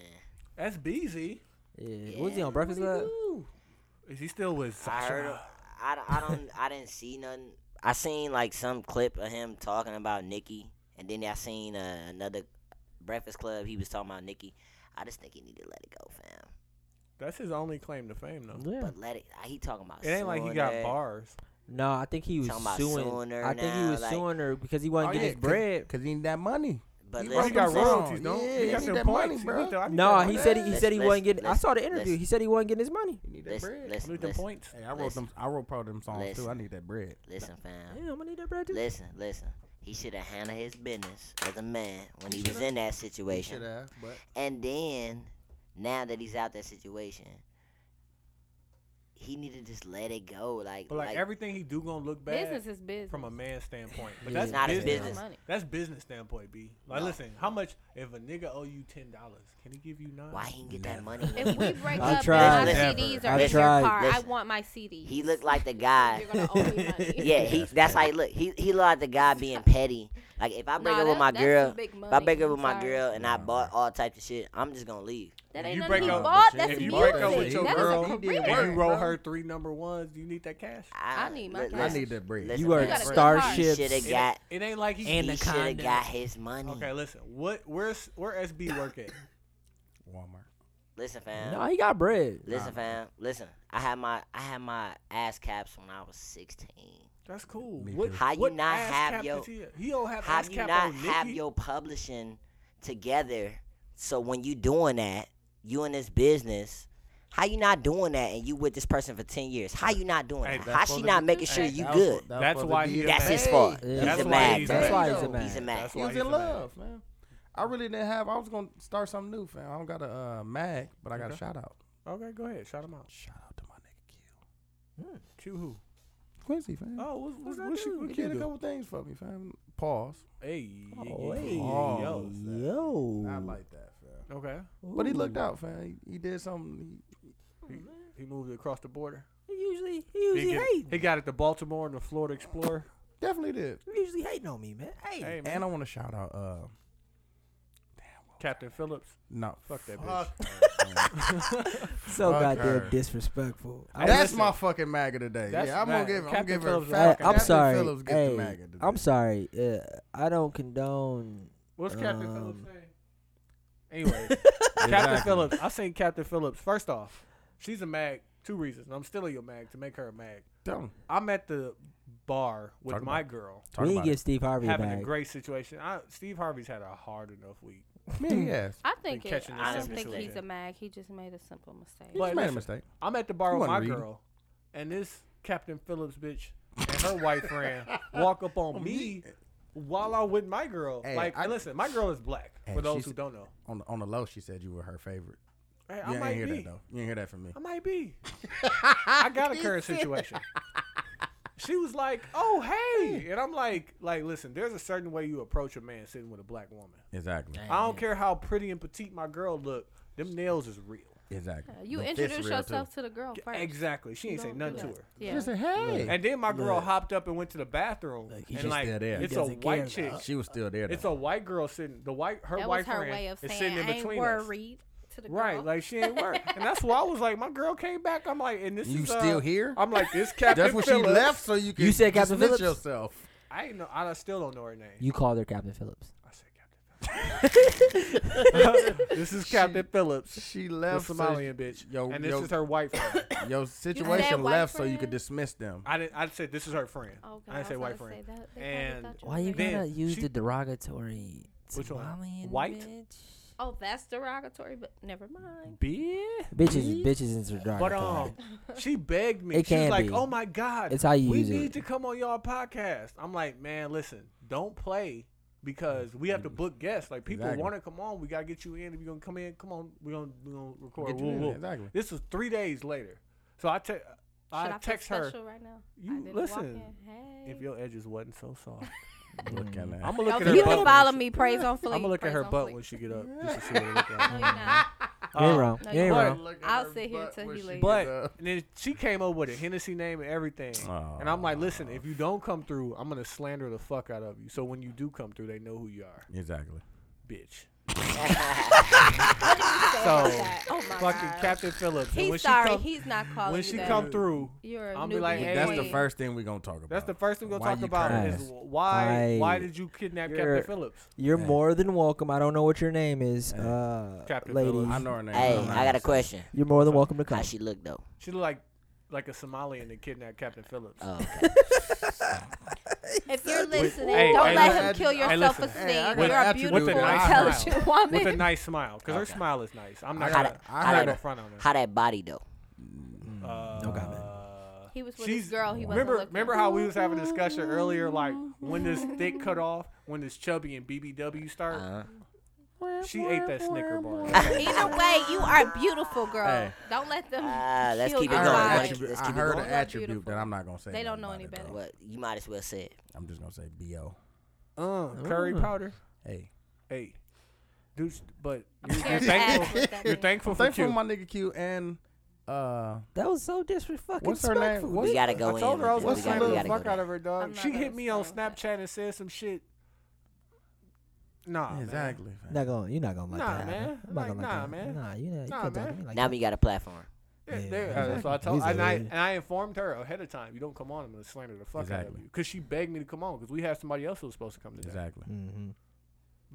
That's BZ. Yeah. What was he on Breakfast Club? Is he still with I heard. Sasha? I, I don't. I didn't see nothing. I seen like some clip of him talking about Nikki, and then I seen uh, another Breakfast Club. He was talking about Nikki. I just think he need to let it go, fam. That's his only claim to fame, though. Yeah. But let it. He talking about. It ain't like he got Sooner. bars. No, I think he was Talking about suing. suing her I think he now, was like- suing her because he Oh, Oh, wanted to get his bread. because he need that money. But He Bro, he listen, got wrote them listen, songs. royalties, don't Yeah, he? he got need them that points. money, He bro. need the- I need No, that he money. said he, he Let's- said he wasn't let's- getting. I let's- saw the interview. He said he wasn't getting his money. He need that listen, bread. I listen, need them listen, points. Hey, I wrote listen, them. I wrote probably them songs too. I Listen. need that bread. Listen, fam. Yeah, I'm gonna need that bread too. Listen, listen. He should have handled his business as a man when he was in that situation. have, but And then, now that he's out that situation, he need to just let it go. Like, But like, everything he do gonna look bad Business is business. from a man's standpoint. But Yeah. that's It's not his business. business. Money. That's business standpoint, B. Like, No. listen, how much? If a nigga owe you ten dollars, can he give you nine? Why he didn't get that money? If we break I up and tried. my Never. CDs I are in tried. your car, I Listen. want my CDs. He looked like the guy. You're gonna owe me money. Yeah, he. That's how he look. He he looked like the guy being petty. Like if I break Nah, up with that- my that's girl, some big if I break money. up with my I'm girl and I Nah. bought all types of shit, I'm just gonna leave. That If ain't you nothing break he up- bought. if That's if music. you break up with your that girl is a and career. you That wrote her three number ones, do you need that cash? I, I need my look, cash. I listen, need that bread. listen, You are You gotta cut starships. Should have It- got. It ain't like he. And He the should have condoms. got his money. okay, listen. What? Where's where SB work at? Walmart. Listen, fam. No, he got bread. Listen, fam. Listen, I had my I had my ass caps when I was 16. That's cool. Me What, too. How Uh, you what not ass have cap your- does he have? He don't have How ass do you cap not on have Nicki? your publishing together? So when you doing that, you in this business. How you not doing that? And you with this person for 10 years? How you not doing Hey, that? that's How supposed she to not be- making hey, sure you That was good? what- that was That's supposed why to he be a a That's man. his fault. Yeah. He's That's a why mad. he's man. That's why mad. he's a man. He's a mad. That's He why was he's in a love, man. I really didn't have. I was gonna start something new, fam. I don't got a uh, mag, but I got Okay. a shout out. Okay, go ahead. Shout him out. Shout out to my nigga Q. Chew who? Quincy, fam. Oh, what, what, What's that what, she- dude? what he kid did a do? couple things for me, fam. Pause. Hey, Oh, yeah, yeah, hey, yeah, yo. Yo. I like that, fam. yo. Okay. But he looked out, fam. He, he did something. He moved across the border. He usually, he He, usually get- hate. he got it to Baltimore and the Florida Explorer. He definitely did. He usually hating on me, man. Hey, hey, man. And I want to shout out. Uh, Captain Phillips. no, Fuck that bitch. bitch. so fuck goddamn her. disrespectful. I That's listen. my fucking MAGA today. That's yeah, I'm MAGA. gonna give. I'm Captain giving. Phillips is Hey, Fuck Captain I'm Captain sorry. Phillips gets hey, the MAGA today. I'm sorry. Uh, I don't condone. What's Captain Phillips Um, saying? Anyway, Captain Exactly. Phillips. I seen Captain Phillips. First off, she's a mag. Two reasons. I'm stealing your mag to make her a mag. Tell him. I'm at the bar with Talk about my it. girl, Talk we about didn't give Steve Harvey having back. a great situation. I, Steve Harvey's had a hard enough week. it. Man, yes. I think it, catching I the don't think situation. he's a mag. He just made a simple mistake. He But just made a listen, mistake. I'm at the bar You with my wasn't reading. girl, and this Captain Phillips bitch and her white friend walk up on me while I'm with my girl. Oh, Hey, like, I- and listen, my girl is black. Hey, for those she's- who don't know, On the, on the low, she said you were her favorite. hey, You I ain't might hear be. that though. You ain't hear that from me. I might be. I got a current situation. She was like, "Oh, hey," and I'm like, "Like, listen, there's a certain way you approach a man sitting with a black woman. Exactly. I don't care how pretty and petite my girl look. Them nails is real. Exactly. You The fist introduce real, yourself too. to the girl first. Exactly. She ain't say Don't nothing do to that. her. Yeah. Just say, hey. And then my girl Look. hopped up and went to the bathroom. Look, and he just like, still there. He it's a doesn't white care, chick. though. she was still there. Though. It's a white girl sitting. The white her that white was her friend way of is saying sitting in I ain't between us. worried to the girl. Right, like she ain't work, and that's why I was like, my girl came back. I'm like, and this You is uh, still here? I'm like, this Captain. That's when she Phillips- left, so you can. You said Captain dismiss Phillips? yourself. I ain't know. I still don't know her name. You called her Captain Phillips. I said Captain. Phillips. this is Captain Phillips, She the left. so Somalian bitch, yo- and this yo- is her white friend. Your situation white left, so you friend? could dismiss them. I didn't. I said this is her friend. Oh, God, I didn't say was white about to friend. say that. They probably And- thought Why were you gay. Then gotta use she- the derogatory Which one? Somalian White? bitch? Oh, that's derogatory, but never mind. Bitch. Bitches, bitches is derogatory. But um, she begged me. It She was can like, be. "Oh my God, It's how you we use it. need to come on y'all podcast." I'm like, "Man, listen, don't play because we have to book guests. Like people Exactly. want to come on. We gotta get you in. If you gonna come in, come on. We gonna we gonna record. Get you Woo, in woo. there, exactly. This was three days later. So I te- uh, Should I feel text her. special right now? I You- didn't walk listen, in. Hey. If your edges wasn't so soft, Look at that. I'm gonna look Don't at her you butt. can when follow she- me. Praise on fleek. I'm gonna look at praise her on butt fleek. when she get up just to see what it look like. No, you're not. you ain't Um, wrong. no, you ain't you- wrong. Look at I'll her sit here butt till when he she leaves. get But up. and then she came up with a Hennessy name and everything. And Oh, I'm like, listen, if you don't come through, I'm gonna slander the fuck out of you. So when you do come through, they know who you are, exactly. bitch. Oh, So that- oh my fucking God. Captain Phillips. and when He's sorry. She come, He's not calling when you she that. come through, You're a I'ma be newbie like, hey, That's the queen. first thing we're gonna talk about. that's the first thing we're gonna Why talk you about crying? is why I- why did you kidnap You're- Captain Phillips? You're Hey. more than welcome. I don't know what your name is, Hey. uh, Captain ladies. Phillips. I know her name. Hey, I'm not I got gonna a question. You're more than welcome to How come. she look though? She looked like like a Somalian that kidnapped Captain Phillips. Oh, okay. If you're listening, hey, don't hey, let listen. him kill your Hey, listen. self-esteem. Hey, I got you're an a attribute beautiful, with a nice intelligent With a woman. nice smile, because her Okay. smile is nice. I'm I not got gonna, it. I I got got no it. front on her. How that body though? Uh, No comment. He was with his girl, he wasn't remember, looking. remember how we was having a discussion earlier, like when this thick cut off, when this chubby and BBW start. Uh, Uh-huh. She ate that Snicker bar. Either way, you are beautiful, girl. Hey. Don't let them. Ah, let's kill keep I it your heard, going. an vibe. Let's- attribute, let's I keep it heard going. an attribute that Beautiful. I'm not gonna say. They nothing don't know about any it, better. though. Well, you might as well say it. I'm just gonna say bo. Uh, curry powder. Hey, Hey, Dude, but you're, you're Scared to thankful. ask what that You're means. thankful for Thankful Q. for my nigga Q and uh, That was so disrespectful. what's her name? What's We gotta go I in. told her I was with gonna what's the it. We gotta, slap we little the gotta go fuck there. out of her, dog. I'm She not hit gonna me on stand with Snapchat and said some shit. Nah, man. exactly. fam. Not going. You're not gonna like Nah, that. man. I'm not Like, gonna like nah, that. man. Nah, you know, you Nah, can't talk to man. me like Now that. we got a platform. Yeah, Yeah, there. uh, So I exactly. told, He's and I already- and I informed her ahead of time. You don't come on, I'm gonna slander the fuck out Exactly. of you. Cause she begged me to come on, cause we had somebody else who was supposed to come today. Exactly. Mm-hmm.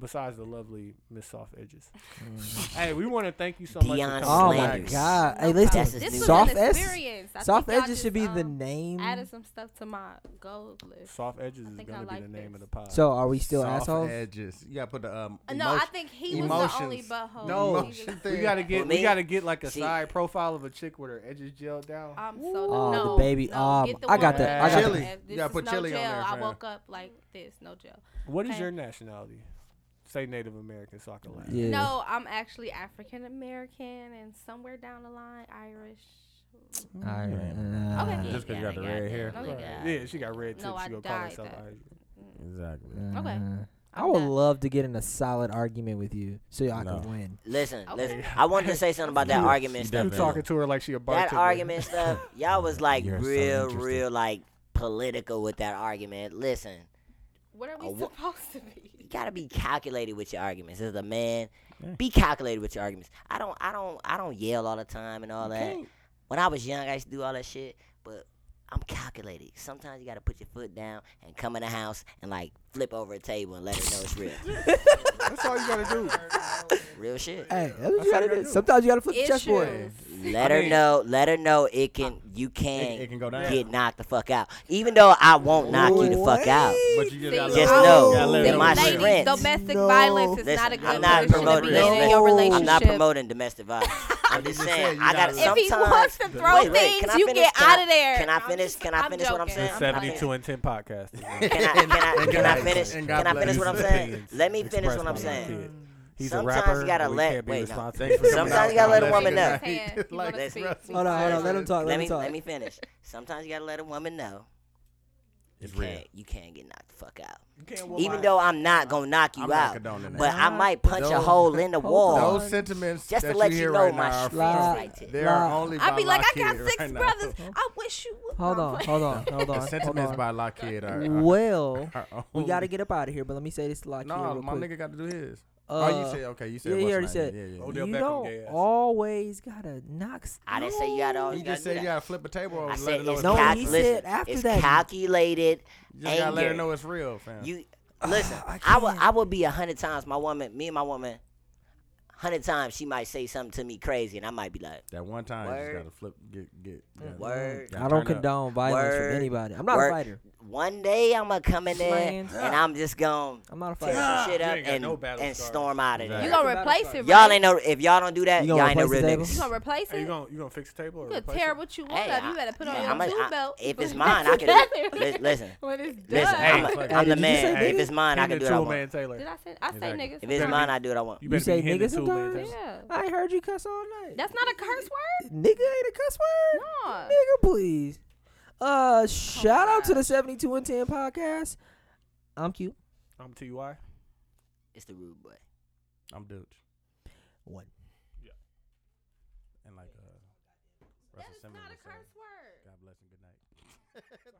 Besides the lovely Miss Soft Edges. Mm-hmm. hey, we want to thank you so Deion much. For Oh coming. my Slanders. god! No Hey, problem. That's his listen, This new was soft an edges. experience. I Soft think y'all edges should be just, the um, name. Added some stuff to my gold list. Soft Edges I is think gonna I be like the this. name of the pod. So are we still Soft assholes? edges. You gotta put the um. Uh, No, I emotion- think he was the only emotions. butthole. No. He Emotion was- we thing. gotta For get me, we gotta get like a she- side profile of a chick with her edges gelled down. I'm so Oh, no, the baby- No, um, get the I one got the- with I got the- the- this You gotta is put no chili on gel. there, I fam. woke up like this, no gel. What is Okay. your nationality? Say Native American, so I can laugh. Yeah. No, I'm actually African American and somewhere down the line Irish. All right. Okay, uh, yeah, Just 'cause you yeah, got the yeah, red yeah, hair. no, you Right. got Yeah, it. she got red tips. No, I she gonna call dyed herself that. Irish. Exactly. Okay. uh, I I'm would done. love to get in a solid argument with you so y'all No. can win. Listen, Okay. listen. I wanted to say something about that Yeah, argument she stuff. You Definitely. talking to her like she a bartender. That argument stuff, y'all was like You're so real, interesting. real like political with that argument. Listen, What are we I wa- supposed to you be? gotta be calculated with your arguments. As a man, Yeah. be calculated with your arguments. I don't, I don't, I don't yell all the time and all that. When I was young, I used to do all that shit, but I'm calculated. Sometimes you gotta put your foot down and come in the house and like flip over a table and let her know it's real, That's all you gotta do. real shit. Hey, that's what That's you all gotta you gotta do. do. Sometimes you gotta flip the chessboard. Issues. Let I her mean- know. Let her know it can. You can. It, it can go down. Get knocked the fuck out. Even though I won't knock you the fuck out. But you just gotta Just let it- know you gotta let it that go my down. strength- Ladies, domestic No. violence is Listen, not a good I'm not position to be promoting in in domestic- your relationship. I'm not promoting domestic violence. I'm just just said saying. you I gotta got let- If he wants to throw Wait, wait, things, can I you finish? get Can I- out of there. can I I'm finish- just- can I finish what I'm joking. saying? I'm Seventy playing. two and ten podcast. Can I, can I, And can I God- finish? and Can God I bless finish you. what I'm saying? Let me finish what I'm saying. Sometimes you gotta but we let- can't be wait, no. responsible. Thanks for Sometimes coming you gotta out. let a woman know. His hand, he Like, wanna speak. let's- Hold on, hold on. Let him talk. Let, Let him me talk. let me finish. Sometimes you gotta let a woman know. It's You real. can't, you can't get knocked the fuck out. You can't walk Even by. though I'm not gonna knock you I'm not out, condoning that. but I might punch a Those- hole in the wall. Those sentiments Just to that let you you hear know right my now are streets Lie. from- like this. They are Lie. only I'd be by like, I Lockheed got six right now. brothers. I wish you would. Hold on. Hold on. Hold The on. Hold sentiments on. by Lockheed are. are- Well, are we only- gotta get up out of here. But let me say this to Lockheed No, real my quick. nigga got to do his. oh, Uh, you said okay. You yeah, said he what's already my said- name. Yeah, yeah. Odell you Beckham don't gay ass. always gotta knock. s- I didn't say you gotta You always just gotta said do you that. gotta flip a table over. I and let said it know it's it's No, cal- he real. said listen, after it's that. calculated You just gotta let her anger. know it's real, fam. You listen. I I, would. can't. I would be a hundred times my woman. Me and my woman. Hundred times she might say something to me crazy, and I might be like, that one time, you Word. just gotta flip, get, get. yeah. "Word." Gotta I don't turn up. condone violence Word. from anybody. I'm not Word. a fighter. One day I'm gonna come in there Man. and I'm just gonna I'm not a tear fighter. some shit Ah, You up ain't got and, no battle and scars. storm out of Exactly. You there. got- gonna replace it? Y'all right? ain't no. If y'all don't do that, You y'all gonna ain't no replace real the table? You niggas. gonna replace Hey, you it? gonna you gonna fix the table or You could replace tear it? what you want Hey, up. I- You better put on yeah, your I'ma- tool I- belt. if Put it's it mine, I could- together. li- listen. When it's done. Listen, I'm, Hey, fuck a, I'm it. the Did you man. say if nigga? it's mine, I Him can and do what I Tool want. Man Taylor. Did I say? I say Exactly. niggas. If it's Better mine, be- I do what I want. You You better say be hitting niggas the Tool Man sometimes? Taylor. Yeah. I ain't heard you cuss all night. That's not a curse word. Nigga ain't a cuss word. No. Nigga, please. Uh, shout out to God. the 72 and 10 podcast. I'm cute. I'm Ty. It's the rude boy. I'm dude. One. and like uh, Russell That is Simmons not a would say, curse word. God bless and good night.